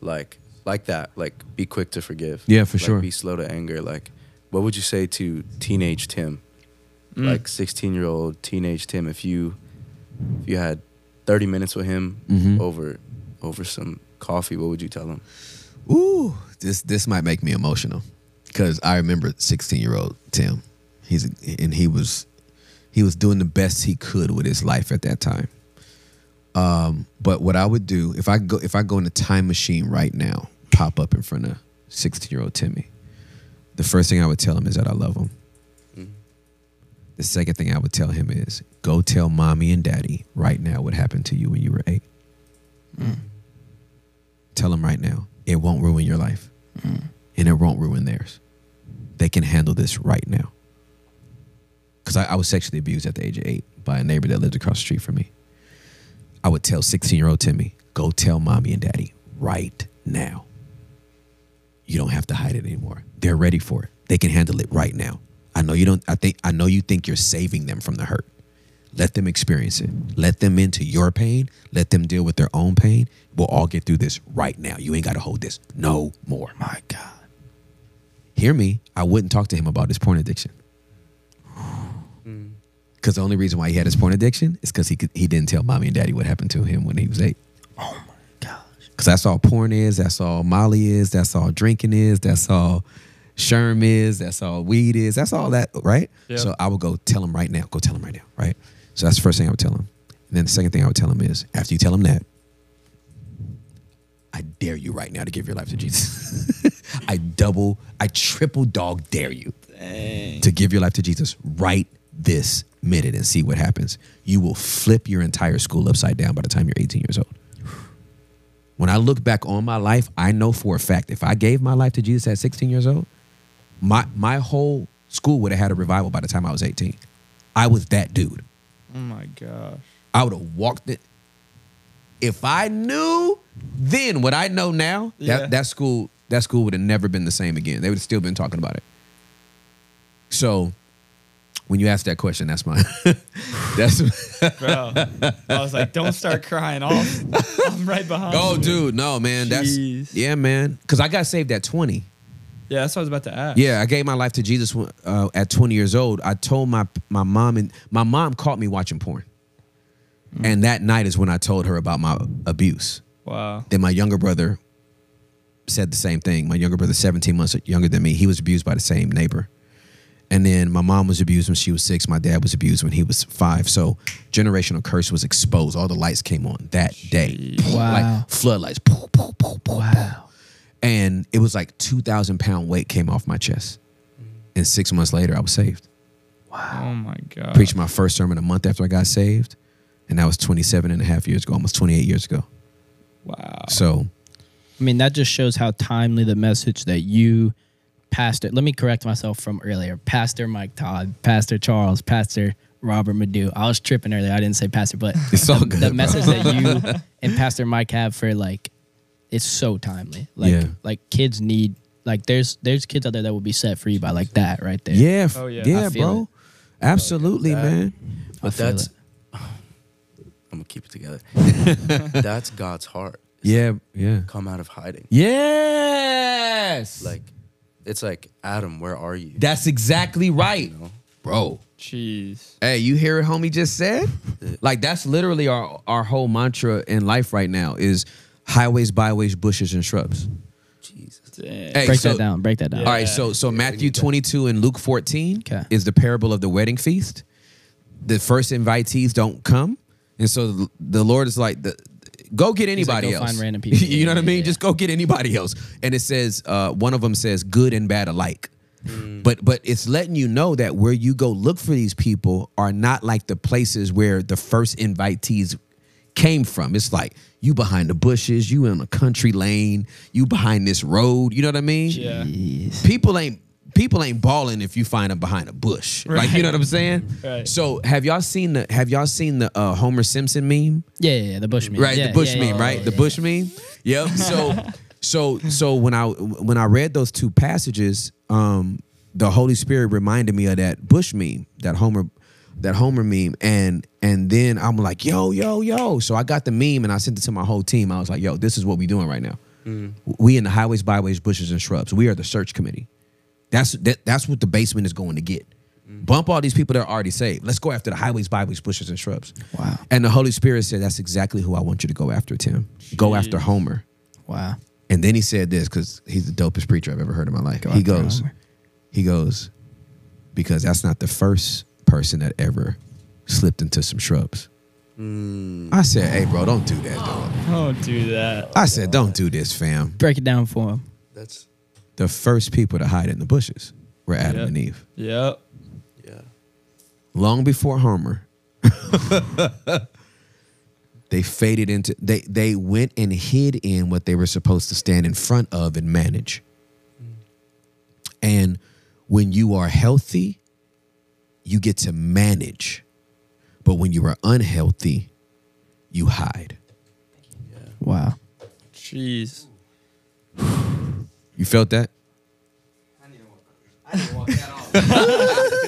Speaker 4: like like that, like be quick to forgive.
Speaker 3: Yeah, for
Speaker 4: Like,
Speaker 3: sure.
Speaker 4: Be slow to anger. Like, what would you say to teenage Tim,
Speaker 1: Mm.
Speaker 4: like 16 year old teenage Tim, if you if you had 30 minutes with him
Speaker 3: Mhm.
Speaker 4: over over some coffee, what would you tell him?
Speaker 3: Ooh, this this might make me emotional because I remember 16 year old Tim. He's and he was he was doing the best he could with his life at that time. Um, but what I would do if I go if I go in a time machine right now, pop up in front of 16 year old Timmy, the first thing I would tell him is that I love him. The second thing I would tell him is go tell mommy and daddy right now what happened to you when you were eight. Tell them right now. It won't ruin your life. And it won't ruin theirs. They can handle this right now. Because I, I was sexually abused at the age of eight by a neighbor that lived across the street from me. I would tell 16 year old Timmy, go tell mommy and daddy right now. You don't have to hide it anymore. They're ready for it. They can handle it right now. I know you don't I think I know you think you're saving them from the hurt. Let them experience it. Let them into your pain. Let them deal with their own pain. We'll all get through this right now. You ain't got to hold this no more. My God. Hear me. I wouldn't talk to him about his porn addiction. Because the only reason why he had his porn addiction is because he, could- he didn't tell mommy and daddy what happened to him when he was eight. Because that's all porn is. That's all Molly is. That's all drinking is. That's all Sherm is. That's all weed is. That's all that, right?
Speaker 1: Yeah.
Speaker 3: So I would go tell him right now. Go tell him right now, right? So that's the first thing I would tell him. And then the second thing I would tell him is after you tell him that, I dare you right now to give your life to Jesus. I double, I triple dog dare you to give your life to Jesus right this minute and see what happens. You will flip your entire school upside down by the time you're 18 years old. When I look back on my life, I know for a fact if I gave my life to Jesus at 16 years old, my my whole school would have had a revival by the time I was 18. I was that dude.
Speaker 1: Oh my gosh.
Speaker 3: I would have walked it. If I knew then what I know now,
Speaker 1: Yeah.
Speaker 3: that, that school that school would have never been the same again. They would have still been talking about it. So when you ask that question, that's my that's
Speaker 1: Bro. I was like, don't start crying. I'll, I'm right behind
Speaker 3: oh
Speaker 1: you.
Speaker 3: dude, no man,
Speaker 1: Jeez.
Speaker 3: that's yeah man, because I got saved at twenty.
Speaker 1: Yeah, that's what I was about to ask.
Speaker 3: Yeah, I gave my life to Jesus when- uh, at 20 years old. I told my my mom and my mom caught me watching porn, and that night is when I told her about my abuse.
Speaker 1: Wow.
Speaker 3: Then my younger brother said the same thing. My younger brother, 17 months younger than me, he was abused by the same neighbor. And then my mom was abused when she was six. My dad was abused when he was five. So generational curse was exposed. All the lights came on that day.
Speaker 2: Wow.
Speaker 3: Like floodlights. Pow, pow, pow, pow, pow. And it was like 2,000 pound weight came off my chest. And six months later, I was saved.
Speaker 1: Oh my god.
Speaker 3: Preached my first sermon a month after I got saved. And that was 27 and a half years ago, almost 28 years ago.
Speaker 1: Wow.
Speaker 3: So
Speaker 2: I mean, that just shows how timely the message that you, Pastor, let me correct myself from earlier. Pastor Mike Todd, Pastor Charles, Pastor Robert Madu. I was tripping earlier. I didn't say Pastor, but
Speaker 3: It's all
Speaker 2: the,
Speaker 3: good,
Speaker 2: the
Speaker 3: bro.
Speaker 2: message that you and Pastor Mike have for like, it's so timely. Like,
Speaker 3: Yeah.
Speaker 2: like kids need, like, there's there's kids out there that will be set free by like that right there.
Speaker 3: Yeah. f-
Speaker 1: Oh, yeah.
Speaker 3: Yeah,
Speaker 2: I feel
Speaker 3: bro. Absolutely,
Speaker 4: That-
Speaker 3: man.
Speaker 2: I
Speaker 4: But
Speaker 2: feel
Speaker 4: that's
Speaker 2: it.
Speaker 4: I'm gonna keep it together. that's God's heart.
Speaker 3: Yeah, yeah.
Speaker 4: Come out of hiding.
Speaker 3: Yes.
Speaker 4: Like it's like Adam, where are you?
Speaker 3: that's exactly right.
Speaker 4: You know?
Speaker 3: Bro.
Speaker 1: Jeez.
Speaker 3: Hey, you hear what homie just said? Like that's literally our our whole mantra in life right now is highways, byways, bushes, and shrubs.
Speaker 4: Jesus.
Speaker 1: Dang.
Speaker 3: Hey,
Speaker 2: Break
Speaker 3: so-
Speaker 2: that down. Break that down.
Speaker 1: Yeah.
Speaker 3: All right, so so Matthew 22 and Luke 14
Speaker 2: Okay.
Speaker 3: is the parable of the wedding feast. The first invitees don't come, and so the, the Lord is like, the, "Go get
Speaker 2: He's like,
Speaker 3: anybody
Speaker 2: "Go
Speaker 3: else."
Speaker 2: find random people.
Speaker 3: you know what I
Speaker 2: Yeah,
Speaker 3: mean?
Speaker 2: yeah,
Speaker 3: Just go get anybody else. And it says, uh, one of them says, "Good and bad alike."
Speaker 1: Mm.
Speaker 3: But but it's letting you know that where you go look for these people are not like the places where the first invitees came from. It's like you behind the bushes, you in a country lane, you behind this road. You know what I mean?
Speaker 1: Yeah.
Speaker 3: People ain't people ain't balling if you find them behind a bush. Like you know what I'm saying?
Speaker 1: Right.
Speaker 3: So have y'all seen the have y'all seen the uh, Homer Simpson meme?
Speaker 2: Yeah, yeah, yeah, the Bush meme.
Speaker 3: Right,
Speaker 2: Yeah,
Speaker 3: the Bush
Speaker 2: yeah,
Speaker 3: meme,
Speaker 2: yeah,
Speaker 3: right?
Speaker 2: yeah,
Speaker 3: the
Speaker 2: yeah.
Speaker 3: Bush meme. Yep. So so so when I when I read those two passages, um, the Holy Spirit reminded me of that Bush meme, that Homer that Homer meme. And and then I'm like, yo, yo, yo. So I got the meme and I sent it to my whole team. I was like, yo, this is what we doing right now.
Speaker 2: Mm.
Speaker 3: We in the highways, byways, bushes, and shrubs. We are the search committee. That's that, that's what the basement is going to get.
Speaker 2: Mm.
Speaker 3: Bump all these people that are already saved. Let's go after the highways, byways, bushes, and shrubs.
Speaker 2: Wow.
Speaker 3: And the Holy Spirit said, That's exactly who I want you to go after, Tim. Go after Homer.
Speaker 2: Wow.
Speaker 3: And then he said this, because he's the dopest preacher I've ever heard in my life. he
Speaker 2: after
Speaker 3: goes,
Speaker 2: Homer.
Speaker 3: He goes, because that's not the first person that ever slipped into some shrubs.
Speaker 4: Hmm,
Speaker 3: I said, Hey, bro, don't do that, dog.
Speaker 1: Don't do that.
Speaker 3: I said, Don't do this, fam.
Speaker 2: Break it down for him.
Speaker 4: That's
Speaker 3: The first people to hide in the bushes were Adam
Speaker 1: Yep.
Speaker 3: and Eve.
Speaker 1: Yep.
Speaker 4: yeah.
Speaker 3: long before Homer, they faded into they they went and hid in what they were supposed to stand in front of and manage. And when you are healthy, you get to manage. But when you are unhealthy, you hide.
Speaker 2: Wow.
Speaker 1: Jeez.
Speaker 3: You felt that?
Speaker 5: I need to walk. I need to walk that off.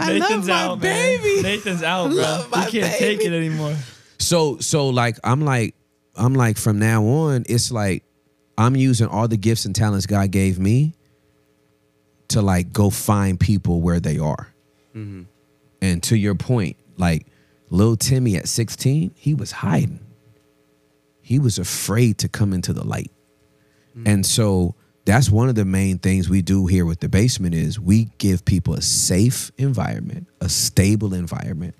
Speaker 1: Nathan's
Speaker 3: my
Speaker 1: out, man. Nathan's out, bro.
Speaker 3: love
Speaker 1: We
Speaker 3: my
Speaker 1: can't take it
Speaker 3: baby.
Speaker 1: anymore.
Speaker 3: So so like I'm like I'm like from now on it's like I'm using all the gifts and talents God gave me to like go find people where they are. Mm-hmm. And to your point, like little Timmy at 16, he was hiding. He was afraid to come into the light. And so that's one of the main things we do here with the basement is we give people a safe environment, a stable environment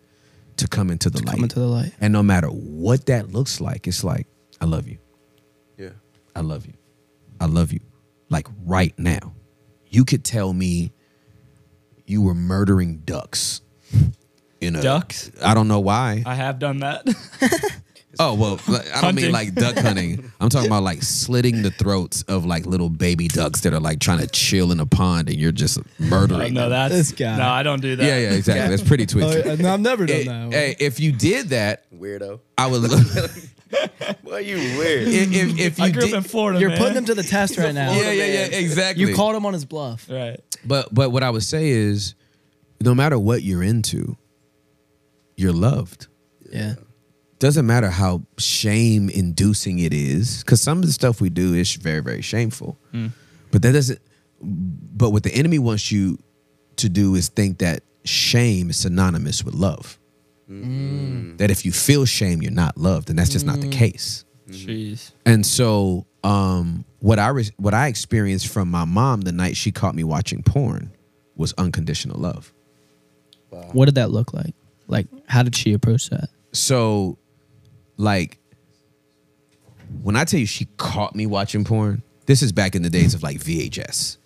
Speaker 3: to come into the light.
Speaker 2: Coming to the light.
Speaker 3: And no matter what that looks like, it's like, I love you.
Speaker 4: Yeah.
Speaker 3: I love you. I love you. Like right now. You could tell me you were murdering ducks. In a,
Speaker 1: Ducks?
Speaker 3: I don't know why.
Speaker 1: I have done that.
Speaker 3: oh, well, like, I don't
Speaker 1: Hunting.
Speaker 3: mean like duck hunting. I'm talking about like slitting the throats of like little baby ducks that are like trying to chill in a pond and you're just murdering.
Speaker 1: no,
Speaker 3: them.
Speaker 1: that's
Speaker 2: This guy.
Speaker 1: no. I don't do that.
Speaker 3: Yeah, yeah, exactly. That's pretty twisted.
Speaker 2: Oh, no, I've never
Speaker 3: hey, if you did that,
Speaker 4: Weirdo.
Speaker 3: I would love.
Speaker 4: Well, you weird.
Speaker 3: if, if, if you
Speaker 1: I grew
Speaker 3: did,
Speaker 1: up in Florida.
Speaker 2: You're
Speaker 1: man.
Speaker 2: putting him to the test right now.
Speaker 3: yeah,
Speaker 4: Florida
Speaker 3: yeah, yeah,
Speaker 4: man.
Speaker 3: exactly.
Speaker 2: You called him on his bluff.
Speaker 1: right.
Speaker 3: But but what I would say is, no matter what you're into, you're loved.
Speaker 2: Yeah.
Speaker 3: Doesn't matter how shame inducing it is, because some of the stuff we do is very very shameful. But that doesn't. But what the enemy wants you to do is think that shame is synonymous with love. That if you feel shame, you're not loved, and that's just not the case.
Speaker 1: Jeez.
Speaker 3: And so, um, what I re- what I experienced from my mom the night she caught me watching porn was unconditional love.
Speaker 2: What did that look like? Like, how did she approach that?
Speaker 3: So, like, when I tell you she caught me watching porn, this is back in the days of like VHS,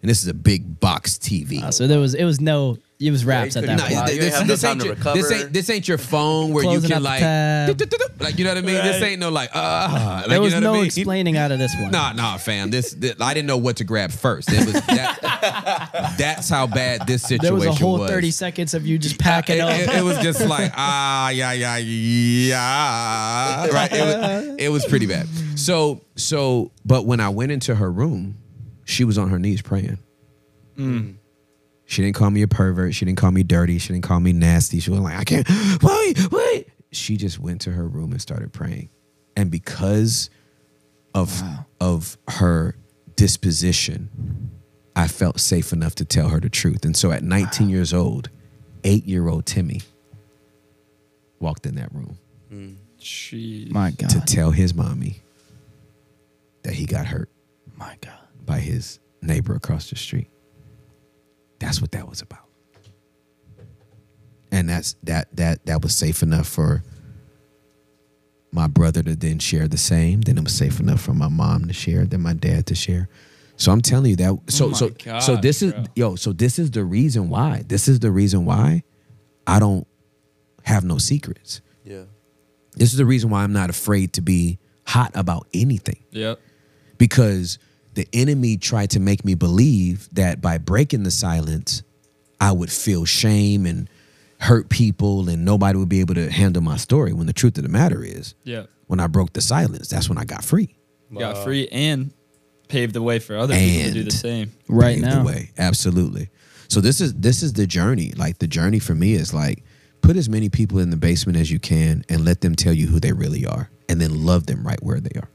Speaker 3: and this is a big box TV.
Speaker 2: Uh, so there was, it was no, it was raps at
Speaker 4: couldn't-
Speaker 2: that
Speaker 3: No,
Speaker 2: point.
Speaker 4: Wow,
Speaker 3: th-
Speaker 4: you
Speaker 3: this,
Speaker 4: ain't have no
Speaker 3: this
Speaker 4: time
Speaker 3: ain't
Speaker 4: to
Speaker 3: your,
Speaker 4: recover.
Speaker 3: this ain't this ain't your phone where
Speaker 2: Closing
Speaker 3: you can
Speaker 2: out the
Speaker 3: like,
Speaker 2: tab.
Speaker 3: like you know what I mean. This
Speaker 1: Right.
Speaker 3: ain't no like ah. like,
Speaker 2: there
Speaker 3: you
Speaker 2: was
Speaker 3: know what
Speaker 2: no
Speaker 3: I mean?
Speaker 2: explaining out of this one.
Speaker 3: Nah, nah, fam. This, this I didn't know what to grab first. It was that, that's how bad this situation
Speaker 2: there was a whole
Speaker 3: was.
Speaker 2: 30 seconds of you just packing
Speaker 3: it,
Speaker 2: up.
Speaker 3: it- it was just like ah yeah yeah yeah right. It was, it was pretty bad. So so, but when I went into her room, she was on her knees praying. She didn't call me a pervert. She didn't call me dirty. She didn't call me nasty. She was like, I can't wait, wait. She just went to her room and started praying, and because of of her disposition, I felt safe enough to tell her the truth. And so at 19 years old, eight year old Timmy walked in that room
Speaker 1: Jeez.
Speaker 2: my
Speaker 3: to
Speaker 2: God.
Speaker 3: tell his mommy that he got hurt
Speaker 2: My God.
Speaker 3: by his neighbor across the street. That's what that was about. And that's that that that was safe enough for my brother to then share the same. Then it was safe enough for my mom to share, then my dad to share. So I'm telling you that. So
Speaker 1: Oh my
Speaker 3: so so
Speaker 1: God,
Speaker 3: this is
Speaker 1: bro.
Speaker 3: yo. So this is the reason why. This is the reason why I don't have no secrets.
Speaker 4: Yeah.
Speaker 3: This is the reason why I'm not afraid to be hot about anything
Speaker 1: Yep.
Speaker 3: because the enemy tried to make me believe that by breaking the silence, I would feel shame and hurt people, and nobody would be able to handle my story. When the truth of the matter is,
Speaker 1: Yep.
Speaker 3: when I broke the silence, that's when I got free.
Speaker 1: Got free and paved the way for other people to do the
Speaker 3: And-
Speaker 1: same.
Speaker 2: right
Speaker 3: paved the
Speaker 2: now.
Speaker 3: way. Absolutely. So this is this is the journey. Like the journey for me is like put as many people in the basement as you can and let them tell you who they really are and then love them right where they are.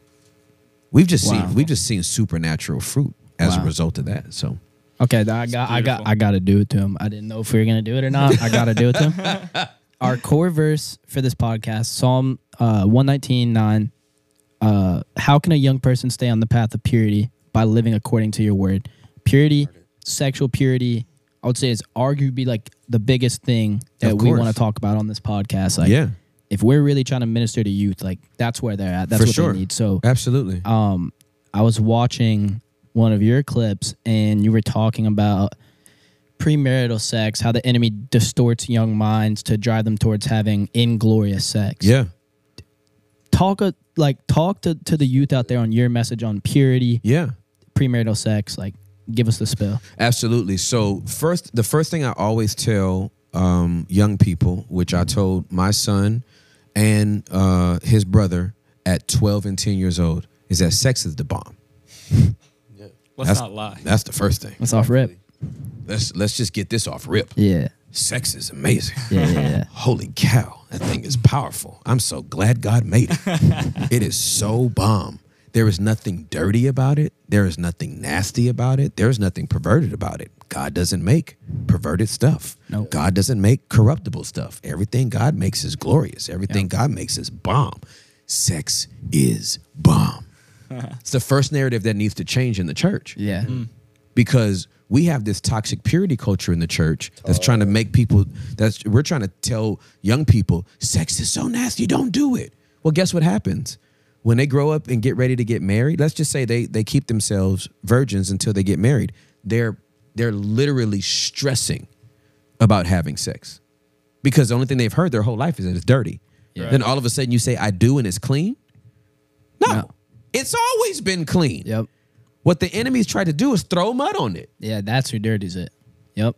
Speaker 3: We've just
Speaker 2: Wow.
Speaker 3: seen we've just seen supernatural fruit as a
Speaker 2: Wow.
Speaker 3: result of that. So
Speaker 2: Okay, th- I got, I got,
Speaker 1: beautiful.
Speaker 2: I got to do it to him. I didn't know if we were gonna do it or not. I got to do it to him. Our core verse for this podcast, Psalm uh, one nineteen nine. Uh, how can a young person stay on the path of purity by living according to your word? Purity, sexual purity, I would say is arguably like the biggest thing that
Speaker 3: Of
Speaker 2: we
Speaker 3: course.
Speaker 2: want to talk about on this podcast. Like,
Speaker 3: Yeah.
Speaker 2: if we're really trying to minister to youth, like that's where they're at. That's
Speaker 3: For
Speaker 2: what
Speaker 3: sure.
Speaker 2: they need. So
Speaker 3: absolutely.
Speaker 2: um, I was watching one of your clips and you were talking about premarital sex, how the enemy distorts young minds to drive them towards having inglorious sex.
Speaker 3: yeah.
Speaker 2: Talk a, like talk to, to the youth out there on your message on purity,
Speaker 3: Yeah.
Speaker 2: premarital sex, like give us the spill.
Speaker 3: Absolutely. So first, the first thing I always tell um, young people, which I told my son and uh, his brother at 12 and 10 years old, is that sex is the bomb.
Speaker 1: Let's
Speaker 3: That's-
Speaker 1: not lie.
Speaker 3: That's the first thing.
Speaker 2: That's off rip.
Speaker 3: Let's let's just get this off rip.
Speaker 2: Yeah.
Speaker 3: Sex is amazing.
Speaker 2: Yeah, yeah, yeah.
Speaker 3: Holy cow, that thing is powerful. I'm so glad God made it. it is so bomb. There is nothing dirty about it. There is nothing nasty about it. There is nothing perverted about it. God doesn't make perverted stuff.
Speaker 2: No.
Speaker 3: God doesn't make corruptible stuff. Everything God makes is glorious. Everything God makes is bomb. Sex is bomb. it's the first narrative that needs to change in the church
Speaker 2: Yeah.
Speaker 3: because we have this toxic purity culture in the church that's trying to make people that's we're trying to tell young people sex is so nasty don't do it well guess what happens when they grow up and get ready to get married let's just say they they keep themselves virgins until they get married they're they're literally stressing about having sex because the only thing they've heard their whole life is that it's dirty
Speaker 1: Yeah.
Speaker 3: then all of a sudden you say i do and it's clean no,
Speaker 2: No.
Speaker 3: it's always been clean
Speaker 2: Yep.
Speaker 3: what the enemies tried to do is throw mud on it
Speaker 2: Yeah, that's who dirties it. Yep.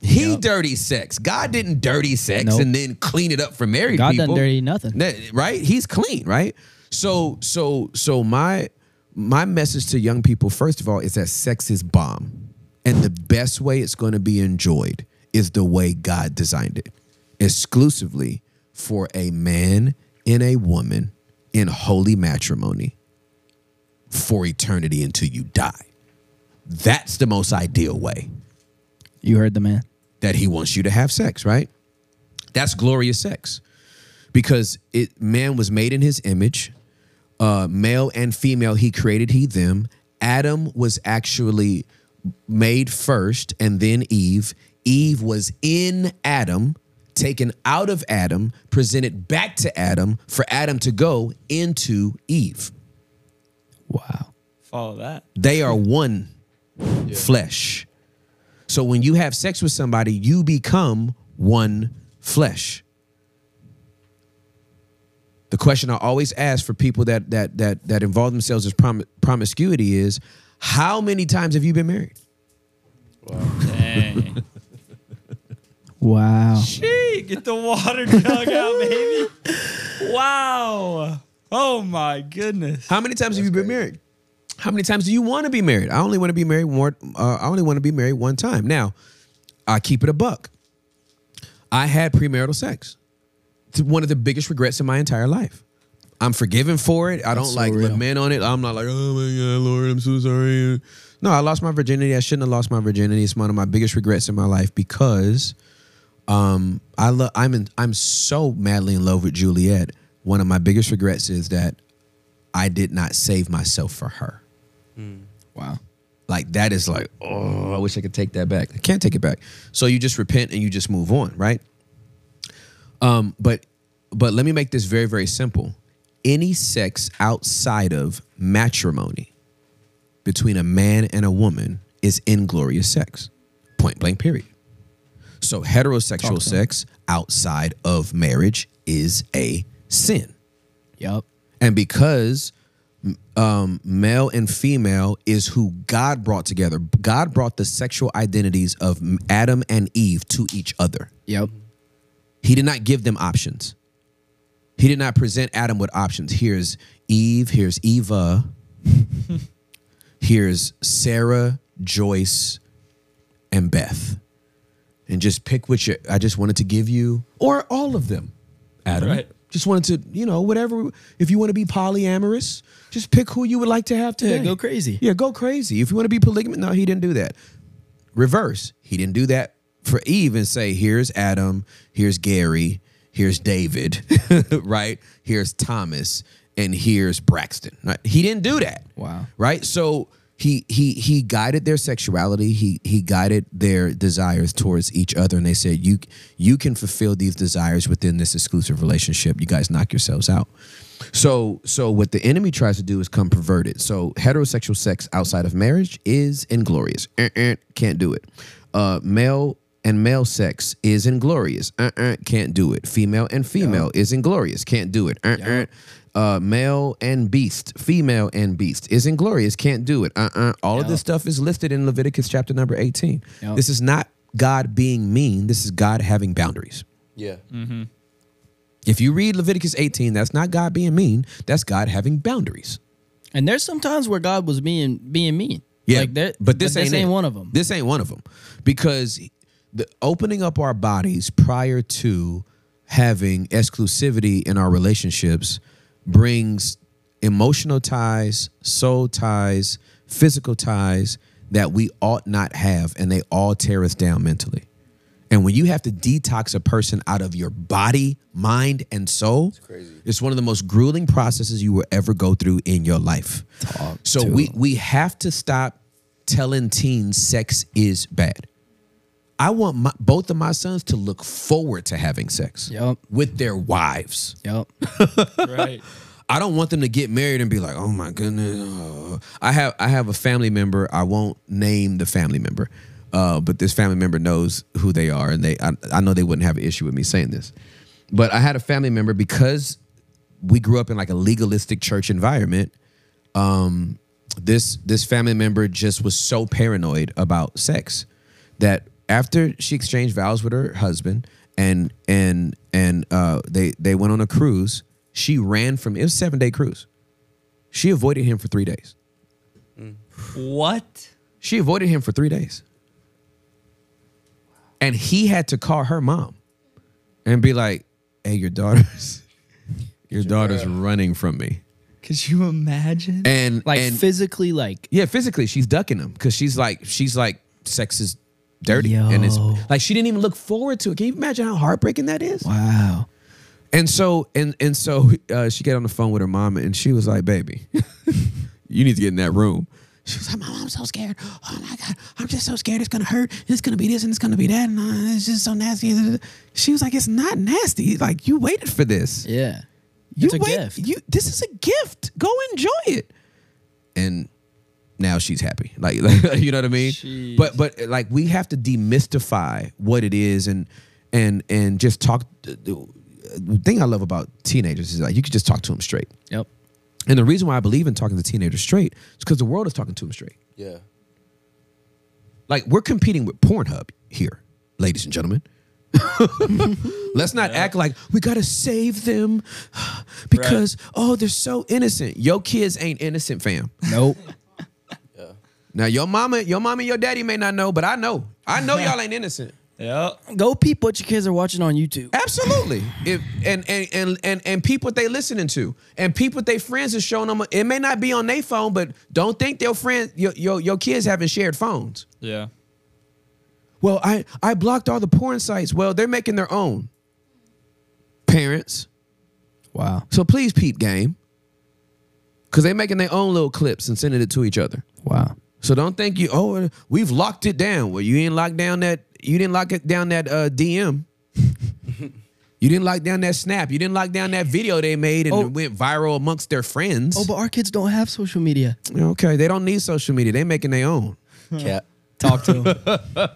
Speaker 3: he dirty sex. God didn't dirty sex
Speaker 2: Nope.
Speaker 3: and then clean it up for married
Speaker 2: God
Speaker 3: people.
Speaker 2: done dirty nothing.
Speaker 3: That- right? He's clean, right? So so so my my message to young people first of all is that sex is bomb. And the best way it's going to be enjoyed is the way God designed it. Exclusively for a man and a woman in holy matrimony for eternity until you die. That's the most ideal way
Speaker 2: You heard the man.
Speaker 3: that he wants you to have sex, right? That's glorious sex. Because it man was made in his image. Uh male and female he created he them. Adam was actually made first and then Eve. Eve was in Adam, taken out of Adam, presented back to Adam for Adam to go into Eve.
Speaker 2: Wow.
Speaker 1: Follow that.
Speaker 3: They are one flesh. So when you have sex with somebody, you become one flesh. The question I always ask for people that that that that involve themselves in prom- promiscuity is, how many times have you been married?
Speaker 1: Dang.
Speaker 2: Wow.
Speaker 1: Gee, get the water jug out, baby. Wow. Oh my goodness.
Speaker 3: How many times have you been married? How many times do you want to be married? I only want to be married more. Uh, I only want to be married one time. Now, I keep it a buck. I had premarital sex. It's one of the biggest regrets in my entire life. I'm forgiven for it. I don't
Speaker 2: so
Speaker 3: like
Speaker 2: real.
Speaker 3: lament on it. I'm not like, oh my God, Lord, I'm so sorry. No, I lost my virginity. I shouldn't have lost my virginity. It's one of my biggest regrets in my life because um, I love. I'm in, I'm so madly in love with Juliet. One of my biggest regrets is that I did not save myself for her.
Speaker 2: Wow.
Speaker 3: Like that is like, oh, I wish I could take that back. I can't take it back. So you just repent and you just move on, right? Um, but but let me make this very, very simple. Any sex outside of matrimony between a man and a woman is inglorious sex. Point blank, period. So heterosexual sex outside of marriage is a sin.
Speaker 2: Yup.
Speaker 3: And because um, male and female is who God brought together, God brought the sexual identities of Adam and Eve to each other.
Speaker 2: Yep.
Speaker 3: He did not give them options. He did not present Adam with options. Here's Eve, here's Eva, here's Sarah, Joyce, and Beth. And just pick which I just wanted to give you, or all of them, Adam.
Speaker 1: Right.
Speaker 3: Just wanted to, you know, whatever. If you want to be polyamorous, just pick who you would like to have today.
Speaker 2: go crazy.
Speaker 3: Yeah, go crazy. If you want to be polygamous, no, he didn't do that. Reverse, he didn't do that for Eve and say, here's Adam, here's Gary, here's David, right? Here's Thomas, and here's Braxton. Right? He didn't do that.
Speaker 2: Wow.
Speaker 3: Right? So he he he guided their sexuality. He he guided their desires towards each other, and they said, "You you can fulfill these desires within this exclusive relationship. You guys knock yourselves out." So so what the enemy tries to do is come perverted. So heterosexual sex outside of marriage is inglorious. Uh-uh, can't do it. Uh, male and male sex is inglorious. Uh-uh, can't do it. Female and female is inglorious. Can't do it. Uh-uh. Uh, male and beast, female and beast is inglorious. Can't do it. Uh-uh. All of this stuff is listed in Leviticus chapter number 18.
Speaker 2: Yep.
Speaker 3: This is not God being mean. This is God having boundaries.
Speaker 4: Yeah.
Speaker 3: If you read Leviticus 18, that's not God being mean. That's God having boundaries.
Speaker 2: And there's some times where God was being being mean.
Speaker 3: Yeah,
Speaker 2: Like there,
Speaker 3: but this ain't, it.
Speaker 2: one of them.
Speaker 3: This ain't one of them because the opening up our bodies prior to having exclusivity in our relationships brings emotional ties, soul ties, physical ties that we ought not have, and they all tear us down mentally. And when you have to detox a person out of your body, mind, and soul, it's
Speaker 4: crazy.
Speaker 3: one of the most grueling processes you will ever go through in your life. so we we have to stop telling teens sex is bad. I want my, both of my sons to look forward to having sex
Speaker 2: Yup.
Speaker 3: with their wives.
Speaker 2: Yep.
Speaker 1: right.
Speaker 3: I don't want them to get married and be like, "Oh my goodness." oh." I have I have a family member. I won't name the family member, uh, but this family member knows who they are, and they I, I know they wouldn't have an issue with me saying this. But I had a family member because we grew up in like a legalistic church environment. Um, this this family member just was so paranoid about sex that after she exchanged vows with her husband and and and uh, they they went on a cruise, she ran from it was a seven day cruise. She avoided him for three days.
Speaker 1: What?
Speaker 3: She avoided him for three days. And he had to call her mom and be like, hey, your daughter's your daughter's running from me.
Speaker 1: Could you imagine?
Speaker 3: And
Speaker 2: Like
Speaker 3: and,
Speaker 2: physically, like
Speaker 3: yeah, physically, she's ducking him because she's like, she's like, sex is dirty, and it's
Speaker 2: Yo.
Speaker 3: like she didn't even look forward to it. Can you imagine how heartbreaking that is?
Speaker 2: wow.
Speaker 3: And so, and and so, uh, she got on the phone with her mom, and she was like, "Baby, you need to get in that room." She was like, "Mom, I'm so scared. Oh my god, I'm just so scared. It's gonna hurt. It's gonna be this, and it's gonna be that, and uh, it's just so nasty." She was like, "It's not nasty. Like you waited for this."
Speaker 2: Yeah.
Speaker 3: You
Speaker 2: it's a
Speaker 3: wait,
Speaker 2: gift.
Speaker 3: You this is a gift. Go enjoy it. And now she's happy. Like, like, you know what I mean?
Speaker 1: Jeez.
Speaker 3: But but like we have to demystify what it is and and and just talk the thing I love about teenagers is like you can just talk to them straight.
Speaker 2: yep.
Speaker 3: And the reason why I believe in talking to teenagers straight is because the world is talking to them straight.
Speaker 4: Yeah.
Speaker 3: Like we're competing with Pornhub here, ladies and gentlemen. Let's not act like we gotta save them because oh they're so innocent. Your kids ain't innocent, fam.
Speaker 2: Nope.
Speaker 4: Yeah.
Speaker 3: Now your mama, your mama, and your daddy may not know, but I know. I know y'all ain't innocent.
Speaker 1: Yep.
Speaker 2: Go peep what your kids are watching on YouTube.
Speaker 3: Absolutely. If and and and and and peep what they listening to, and peep what they friends are showing them. It may not be on their phone, but don't think their friends, your your, your kids haven't shared phones.
Speaker 1: Yeah.
Speaker 3: Well, I, I blocked all the porn sites. Well, they're making their own. Parents.
Speaker 2: Wow.
Speaker 3: So please peep game. Cause they're making their own little clips and sending it to each other.
Speaker 2: Wow.
Speaker 3: So don't think you, oh, we've locked it down. Well, you didn't lock down that, you didn't lock it down that uh, DM. You didn't like down that snap. You didn't like down that video they made and
Speaker 2: Oh.
Speaker 3: it went viral amongst their friends.
Speaker 2: Oh, but our kids don't have social media.
Speaker 3: okay, they don't need social media. They making their own,
Speaker 4: Cap.
Speaker 2: Talk to them.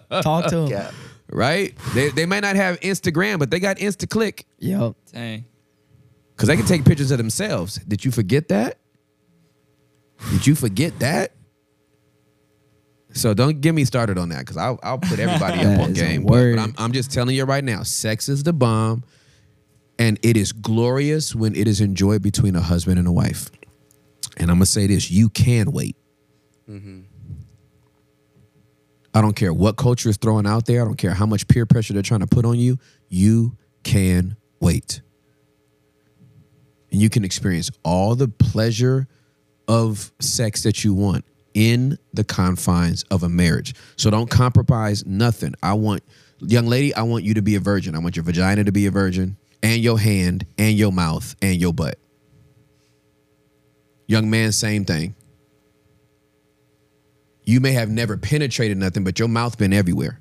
Speaker 2: Talk to them.
Speaker 4: Cap.
Speaker 3: right? they they might not have Instagram, but they got InstaClick
Speaker 2: Yo,
Speaker 1: Dang.
Speaker 3: because they can take pictures of themselves. Did you forget that? Did you forget that? So don't get me started on that because I'll, I'll put everybody up
Speaker 2: That
Speaker 3: on
Speaker 2: is a
Speaker 3: game. But- But,
Speaker 2: word.
Speaker 3: I'm, I'm just telling you right now, sex is the bomb, and it is glorious when it is enjoyed between a husband and a wife. And I'm gonna say this: you can wait. I don't care what culture is throwing out there. I don't care how much peer pressure they're trying to put on you. You can wait. And you can experience all the pleasure of sex that you want in the confines of a marriage. So don't compromise nothing. I want, young lady, I want you to be a virgin. I want your vagina to be a virgin, and your hand, and your mouth, and your butt. Young man, same thing. You may have never penetrated nothing, but your mouth been everywhere.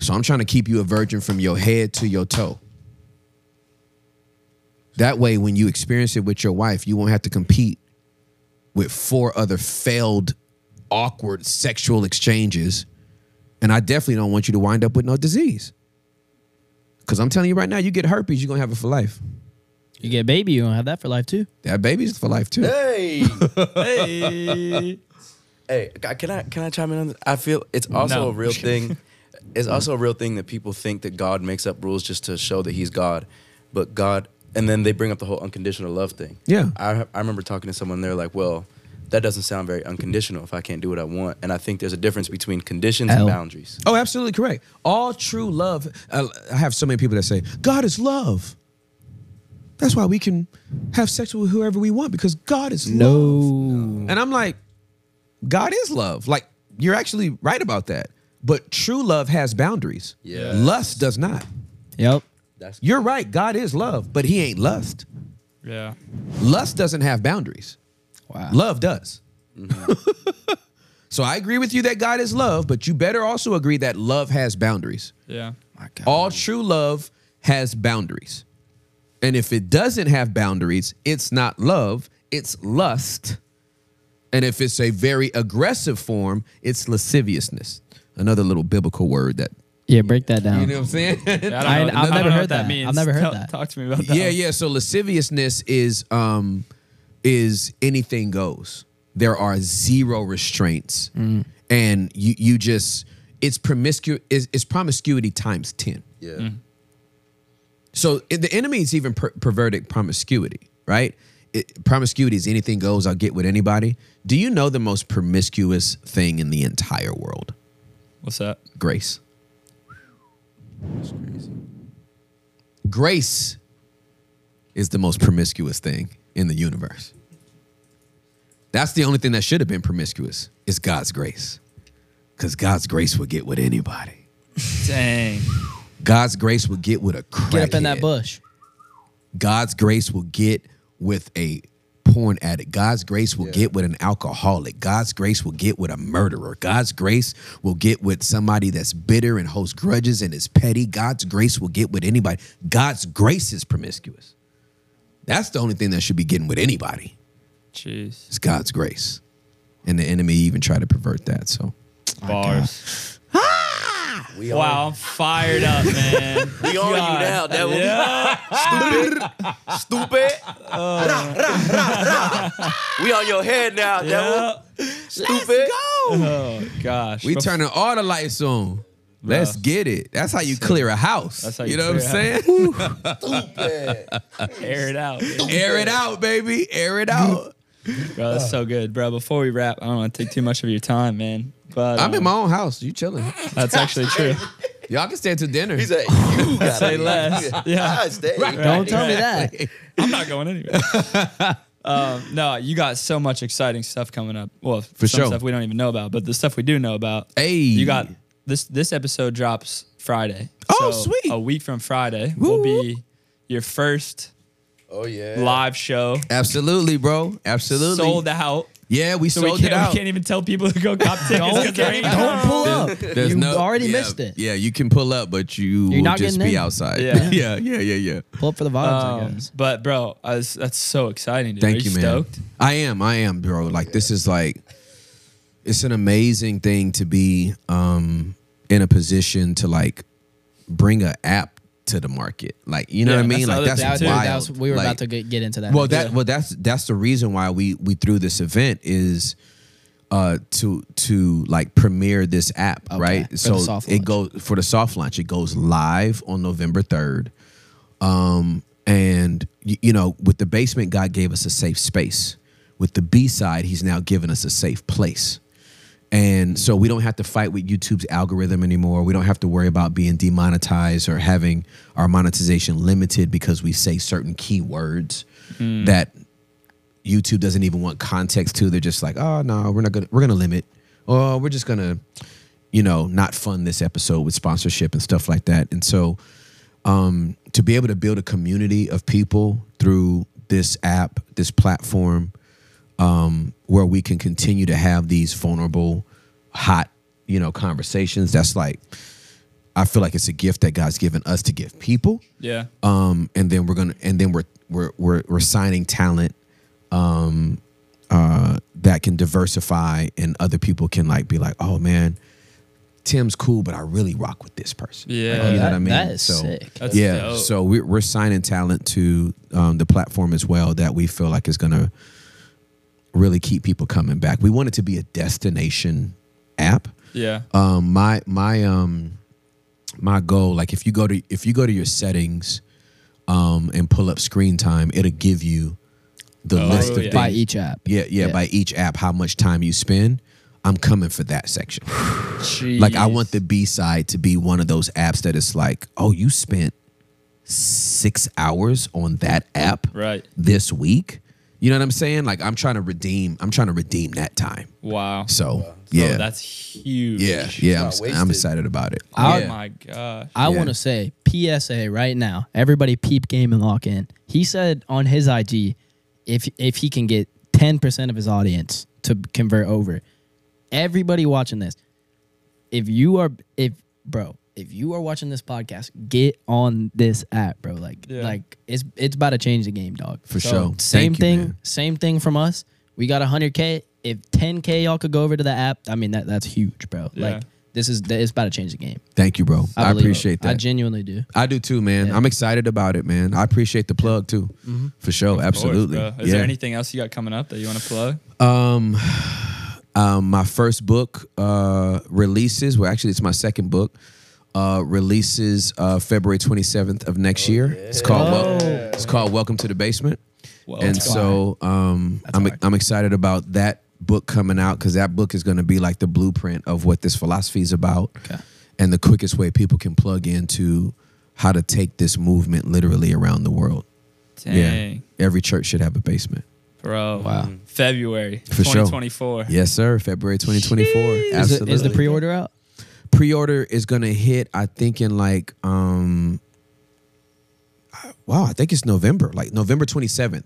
Speaker 3: So I'm trying to keep you a virgin from your head to your toe. That way, when you experience it with your wife, you won't have to compete with four other failed, awkward sexual exchanges. And I definitely don't want you to wind up with no disease. Because I'm telling you right now, you get herpes, you're going to have it for life.
Speaker 2: you get a baby, you gonna have that for life too.
Speaker 3: That baby's for life, too.
Speaker 4: Hey.
Speaker 1: Hey.
Speaker 4: Hey, ca- can I can I chime in on this? I feel it's also
Speaker 1: No.
Speaker 4: a real thing. It's also a real thing that people think that God makes up rules just to show that He's God, but God, and then they bring up the whole unconditional love thing.
Speaker 3: Yeah.
Speaker 4: I I remember talking to someone. They're like, "Well, that doesn't sound very unconditional if I can't do what I want." And I think there's a difference between conditions
Speaker 2: L.
Speaker 4: and boundaries.
Speaker 3: Oh, absolutely correct. All true love. I I have so many people that say, God is love. That's why we can have sex with whoever we want because God is love.
Speaker 2: No.
Speaker 3: And I'm like, God is love. Like, you're actually right about that. But true love has boundaries.
Speaker 4: Yes.
Speaker 3: Lust does not.
Speaker 2: Yep.
Speaker 4: That's
Speaker 3: You're right. God is love, but he ain't lust.
Speaker 1: Yeah.
Speaker 3: Lust doesn't have boundaries.
Speaker 2: Wow.
Speaker 3: Love does. so I agree with you that God is love, but you better also agree that love has boundaries.
Speaker 1: Yeah.
Speaker 2: My God.
Speaker 3: All true love has boundaries. And if it doesn't have boundaries, it's not love, it's lust. And if it's a very aggressive form, it's lasciviousness. Another little biblical word that,
Speaker 2: yeah, break that down.
Speaker 3: you know what I'm saying?
Speaker 1: Yeah,
Speaker 2: I-
Speaker 1: I, don't know,
Speaker 2: I've
Speaker 1: I
Speaker 2: never
Speaker 1: don't know
Speaker 2: heard
Speaker 1: what that,
Speaker 2: that.
Speaker 1: means.
Speaker 2: I've never heard
Speaker 1: Talk-
Speaker 2: that.
Speaker 1: Talk to me about that.
Speaker 3: yeah,
Speaker 1: one.
Speaker 3: yeah. So lasciviousness is um is anything goes. There are zero restraints, and you you just it's promiscu is it's promiscuity times ten.
Speaker 4: yeah.
Speaker 1: Mm.
Speaker 3: So i- the enemy is even per- perverted promiscuity, right? It, promiscuity is anything goes. I'll get with anybody. Do you know the most promiscuous thing in the entire world?
Speaker 1: What's that?
Speaker 3: Grace.
Speaker 4: That's crazy.
Speaker 3: Grace is the most promiscuous thing in the universe. That's the only thing that should have been promiscuous is God's grace. Because God's grace will get with anybody.
Speaker 1: Dang.
Speaker 3: God's grace will get with a crackhead.
Speaker 2: Get up in that bush.
Speaker 3: God's grace will get with a porn addict. God's grace will
Speaker 4: Yeah.
Speaker 3: get with an alcoholic. God's grace will get with a murderer. God's grace will get with somebody that's bitter and holds grudges and is petty. God's grace will get with anybody. God's grace is promiscuous. That's the only thing that should be getting with anybody.
Speaker 1: Jeez.
Speaker 3: It's God's grace. And the enemy even tried to pervert that. So
Speaker 1: Bars. Ah!
Speaker 4: We
Speaker 1: Wow, I'm fired up, man.
Speaker 4: are, we on you
Speaker 1: God.
Speaker 4: now. That was
Speaker 1: Yeah.
Speaker 4: stupid. Rah, rah, rah, rah. we on your head now. That
Speaker 1: yeah.
Speaker 4: was stupid.
Speaker 1: Oh gosh.
Speaker 3: we
Speaker 1: Bef-
Speaker 3: turning all the lights on. Let's
Speaker 1: Bruh.
Speaker 3: get it. That's how you clear a house.
Speaker 1: That's how
Speaker 3: you
Speaker 1: you
Speaker 3: know what I'm
Speaker 1: clear
Speaker 3: saying?
Speaker 1: air it out. man.
Speaker 3: Air it out, baby. Air it out.
Speaker 1: Bro, that's so good, bro. Before we wrap, I don't want to take too much of your time, man. But
Speaker 3: I'm in
Speaker 1: um,
Speaker 3: my own house. You chilling?
Speaker 1: That's actually true.
Speaker 3: Y'all can stay to dinner.
Speaker 4: He said, "You gotta
Speaker 1: Say
Speaker 4: leave.
Speaker 1: less. Yeah.
Speaker 4: I stay.
Speaker 2: Don't tell me that.
Speaker 1: I'm not going anywhere. um, no, you got so much exciting stuff coming up. Well,
Speaker 3: For
Speaker 1: some
Speaker 3: sure.
Speaker 1: stuff we don't even know about, but the stuff we do know about.
Speaker 3: Hey.
Speaker 1: you got this. This episode drops Friday.
Speaker 3: Oh,
Speaker 1: So
Speaker 3: sweet.
Speaker 1: A week from Friday
Speaker 3: Woo,
Speaker 1: will be your first
Speaker 4: Oh yeah.
Speaker 1: live show.
Speaker 3: Absolutely, bro. Absolutely.
Speaker 1: Sold out.
Speaker 3: Yeah, we
Speaker 1: So we
Speaker 3: sold
Speaker 1: can't,
Speaker 3: it out.
Speaker 1: we can't even tell people to go cop tickets. 'cause there ain't
Speaker 2: don't
Speaker 1: no-
Speaker 2: pull up.
Speaker 3: There's
Speaker 2: you
Speaker 3: no-
Speaker 2: already
Speaker 3: yeah,
Speaker 2: missed it.
Speaker 3: Yeah, you can pull up, but
Speaker 2: You're
Speaker 3: you will
Speaker 2: not
Speaker 3: just
Speaker 2: getting
Speaker 3: be
Speaker 2: in.
Speaker 3: outside.
Speaker 1: Yeah.
Speaker 3: yeah, yeah, yeah, yeah.
Speaker 2: Pull up for the vibes, I
Speaker 1: Um,
Speaker 2: guess.
Speaker 1: but bro, I was, that's so exciting. Dude.
Speaker 3: Thank
Speaker 1: Are
Speaker 3: you,
Speaker 1: you,
Speaker 3: man.
Speaker 1: stoked?
Speaker 3: I am, I am, bro. Like this is like it's an amazing thing to be um in a position to like bring a app to the market. Like, you know
Speaker 1: Yeah,
Speaker 3: what I
Speaker 1: that's the
Speaker 3: mean? like
Speaker 1: other
Speaker 3: that's
Speaker 1: thing,
Speaker 3: wild.
Speaker 1: too.
Speaker 2: That's- we were
Speaker 3: Like,
Speaker 2: about to get, get into that.
Speaker 3: Well,
Speaker 2: next.
Speaker 3: that well, that's that's the reason why we we threw this event is uh to to like premiere this app,
Speaker 2: Okay,
Speaker 3: right?
Speaker 2: for the
Speaker 3: so
Speaker 2: soft
Speaker 3: it
Speaker 2: launch.
Speaker 3: goes for the soft launch. It goes live on November third, um, and y- you know, with the basement, God gave us a safe space. With the B side, He's now given us a safe place. And so we don't have to fight with YouTube's algorithm anymore. We don't have to worry about being demonetized or having our monetization limited because we say certain keywords that YouTube doesn't even want context to. They're just like, oh no, we're not gonna we're gonna limit. Oh, we're just gonna, you know, not fund this episode with sponsorship and stuff like that. And so um, to be able to build a community of people through this app, this platform, um, where we can continue to have these vulnerable, hot, you know, conversations. That's like, I feel like it's a gift that God's given us to give people.
Speaker 1: Yeah.
Speaker 3: Um, and then we're gonna, and then we're we're we're, we're signing talent um, uh, that can diversify, and other people can like be like, oh man, Tim's cool, but I really rock with this person. Like,
Speaker 1: Yeah.
Speaker 3: you know
Speaker 2: That-
Speaker 3: what I mean?
Speaker 2: that is
Speaker 3: So-
Speaker 2: sick.
Speaker 1: That's
Speaker 3: yeah,
Speaker 1: dope.
Speaker 3: so we're we're signing talent to um, the platform as well that we feel like is gonna really keep people coming back. We want it to be a destination app.
Speaker 1: yeah.
Speaker 3: Um, my my um my goal, like if you go to if you go to your settings, um, and pull up screen time, it'll give you the
Speaker 1: Oh,
Speaker 3: list of
Speaker 1: yeah.
Speaker 3: things.
Speaker 2: by each app.
Speaker 3: yeah, yeah, by each app, how much time you spend. I'm coming for that section. Like I want the B side to be one of those apps that it's like, oh, you spent six hours on that app
Speaker 1: Right.
Speaker 3: this week. You know what I'm saying? Like I'm trying to redeem. I'm trying to redeem that time.
Speaker 1: Wow.
Speaker 3: So yeah,
Speaker 1: Oh, that's huge.
Speaker 3: yeah, yeah. I'm,
Speaker 4: Not
Speaker 3: I'm
Speaker 4: wasted.
Speaker 3: excited about it.
Speaker 1: Oh
Speaker 3: yeah.
Speaker 1: my gosh.
Speaker 2: I
Speaker 3: Yeah.
Speaker 2: want to say PSA right now. Everybody peep game and lock in. He said on his IG, if if he can get ten percent of his audience to convert over, everybody watching this, if you are if bro, if you are watching this podcast, get on this app, bro. Like
Speaker 1: Yeah.
Speaker 2: like it's it's about to change the game, dog.
Speaker 3: for sure.
Speaker 2: Same
Speaker 3: Thank you,
Speaker 2: thing,
Speaker 3: man.
Speaker 2: same thing from us. We got 100k. If 10k y'all could go over to the app, I mean that that's huge, bro.
Speaker 1: Yeah.
Speaker 2: Like this is it's about to change the game.
Speaker 3: Thank you, bro. I,
Speaker 2: believe it.
Speaker 3: appreciate
Speaker 2: I
Speaker 3: that.
Speaker 2: genuinely do.
Speaker 3: I do too, man.
Speaker 2: Yeah. Mm-hmm.
Speaker 3: I'm excited about it, man. I appreciate the plug too, for sure.
Speaker 1: Of course,
Speaker 3: Absolutely.
Speaker 1: bro. Is
Speaker 3: yeah.
Speaker 1: there anything else you got coming up that you want to plug?
Speaker 3: Um, um, my first book uh, releases. Well, actually, it's my second book. Uh, releases uh, February 27th of next
Speaker 2: Oh,
Speaker 3: year. It's called Wel- It's called Welcome to the Basement.
Speaker 1: Well,
Speaker 3: and so um, I'm I'm excited about that book coming out because that book is going to be like the blueprint of what this philosophy is about, and the quickest way people can plug into how to take this movement literally around the world.
Speaker 1: dang,
Speaker 3: Yeah, every church should have a basement.
Speaker 1: bro.
Speaker 2: Wow.
Speaker 1: February
Speaker 3: For sure.
Speaker 1: 2024.
Speaker 3: Yes, sir. February 2024.
Speaker 2: Is, it,
Speaker 3: Absolutely.
Speaker 2: is the pre-order out?
Speaker 3: pre-order is gonna hit i think in like um I- wow i think it's november like november 27th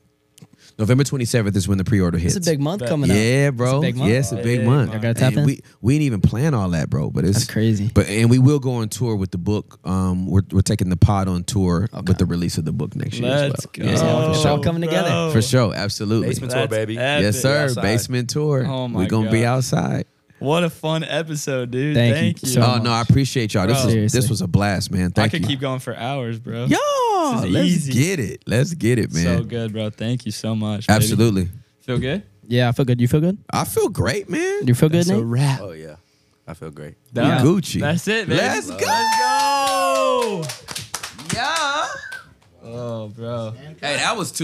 Speaker 3: november 27th is when the pre-order hits
Speaker 2: It's a big month
Speaker 1: But-
Speaker 2: coming up.
Speaker 3: yeah
Speaker 2: It's
Speaker 3: bro
Speaker 2: a big month.
Speaker 3: yeah it's a big
Speaker 1: Big
Speaker 3: month
Speaker 1: month. I
Speaker 2: gotta tap
Speaker 3: And
Speaker 2: in.
Speaker 3: we we didn't even plan all that bro but it's
Speaker 2: That's crazy.
Speaker 3: but and we will go on tour with the book um we're, we're taking the pod on tour with the release of the book next year
Speaker 1: Let's
Speaker 3: as well Yeah,
Speaker 1: go.
Speaker 2: it's
Speaker 3: for
Speaker 2: all
Speaker 3: sure.
Speaker 2: coming together.
Speaker 1: bro.
Speaker 3: for sure absolutely
Speaker 4: Basement
Speaker 1: That's
Speaker 4: tour, baby.
Speaker 1: epic.
Speaker 3: yes sir
Speaker 4: Outside.
Speaker 3: basement tour
Speaker 1: Oh, my
Speaker 3: we're gonna be
Speaker 1: God.
Speaker 3: outside
Speaker 1: What a fun episode, dude.
Speaker 2: Thank
Speaker 1: Thank,
Speaker 2: you
Speaker 1: you.
Speaker 2: so
Speaker 3: oh no i appreciate y'all this
Speaker 1: Bro.
Speaker 3: was this
Speaker 2: Seriously.
Speaker 3: was a blast man
Speaker 1: I
Speaker 3: thank
Speaker 1: could
Speaker 3: you
Speaker 1: keep going for hours, bro.
Speaker 3: Yo,
Speaker 1: This
Speaker 3: let's
Speaker 1: is easy.
Speaker 3: get it. Let's get it, man.
Speaker 1: So good, bro. Thank you so much. baby.
Speaker 3: Absolutely.
Speaker 1: Feel good?
Speaker 2: Yeah, I feel good. You feel good?
Speaker 3: I feel great, man.
Speaker 2: You feel good, Nate?
Speaker 3: wrap.
Speaker 4: Oh yeah, I feel great.
Speaker 1: Done.
Speaker 3: Gucci.
Speaker 1: That's it, man.
Speaker 3: Let's go.
Speaker 1: go. Yeah. Oh, bro. Oh,
Speaker 3: Hey, that was too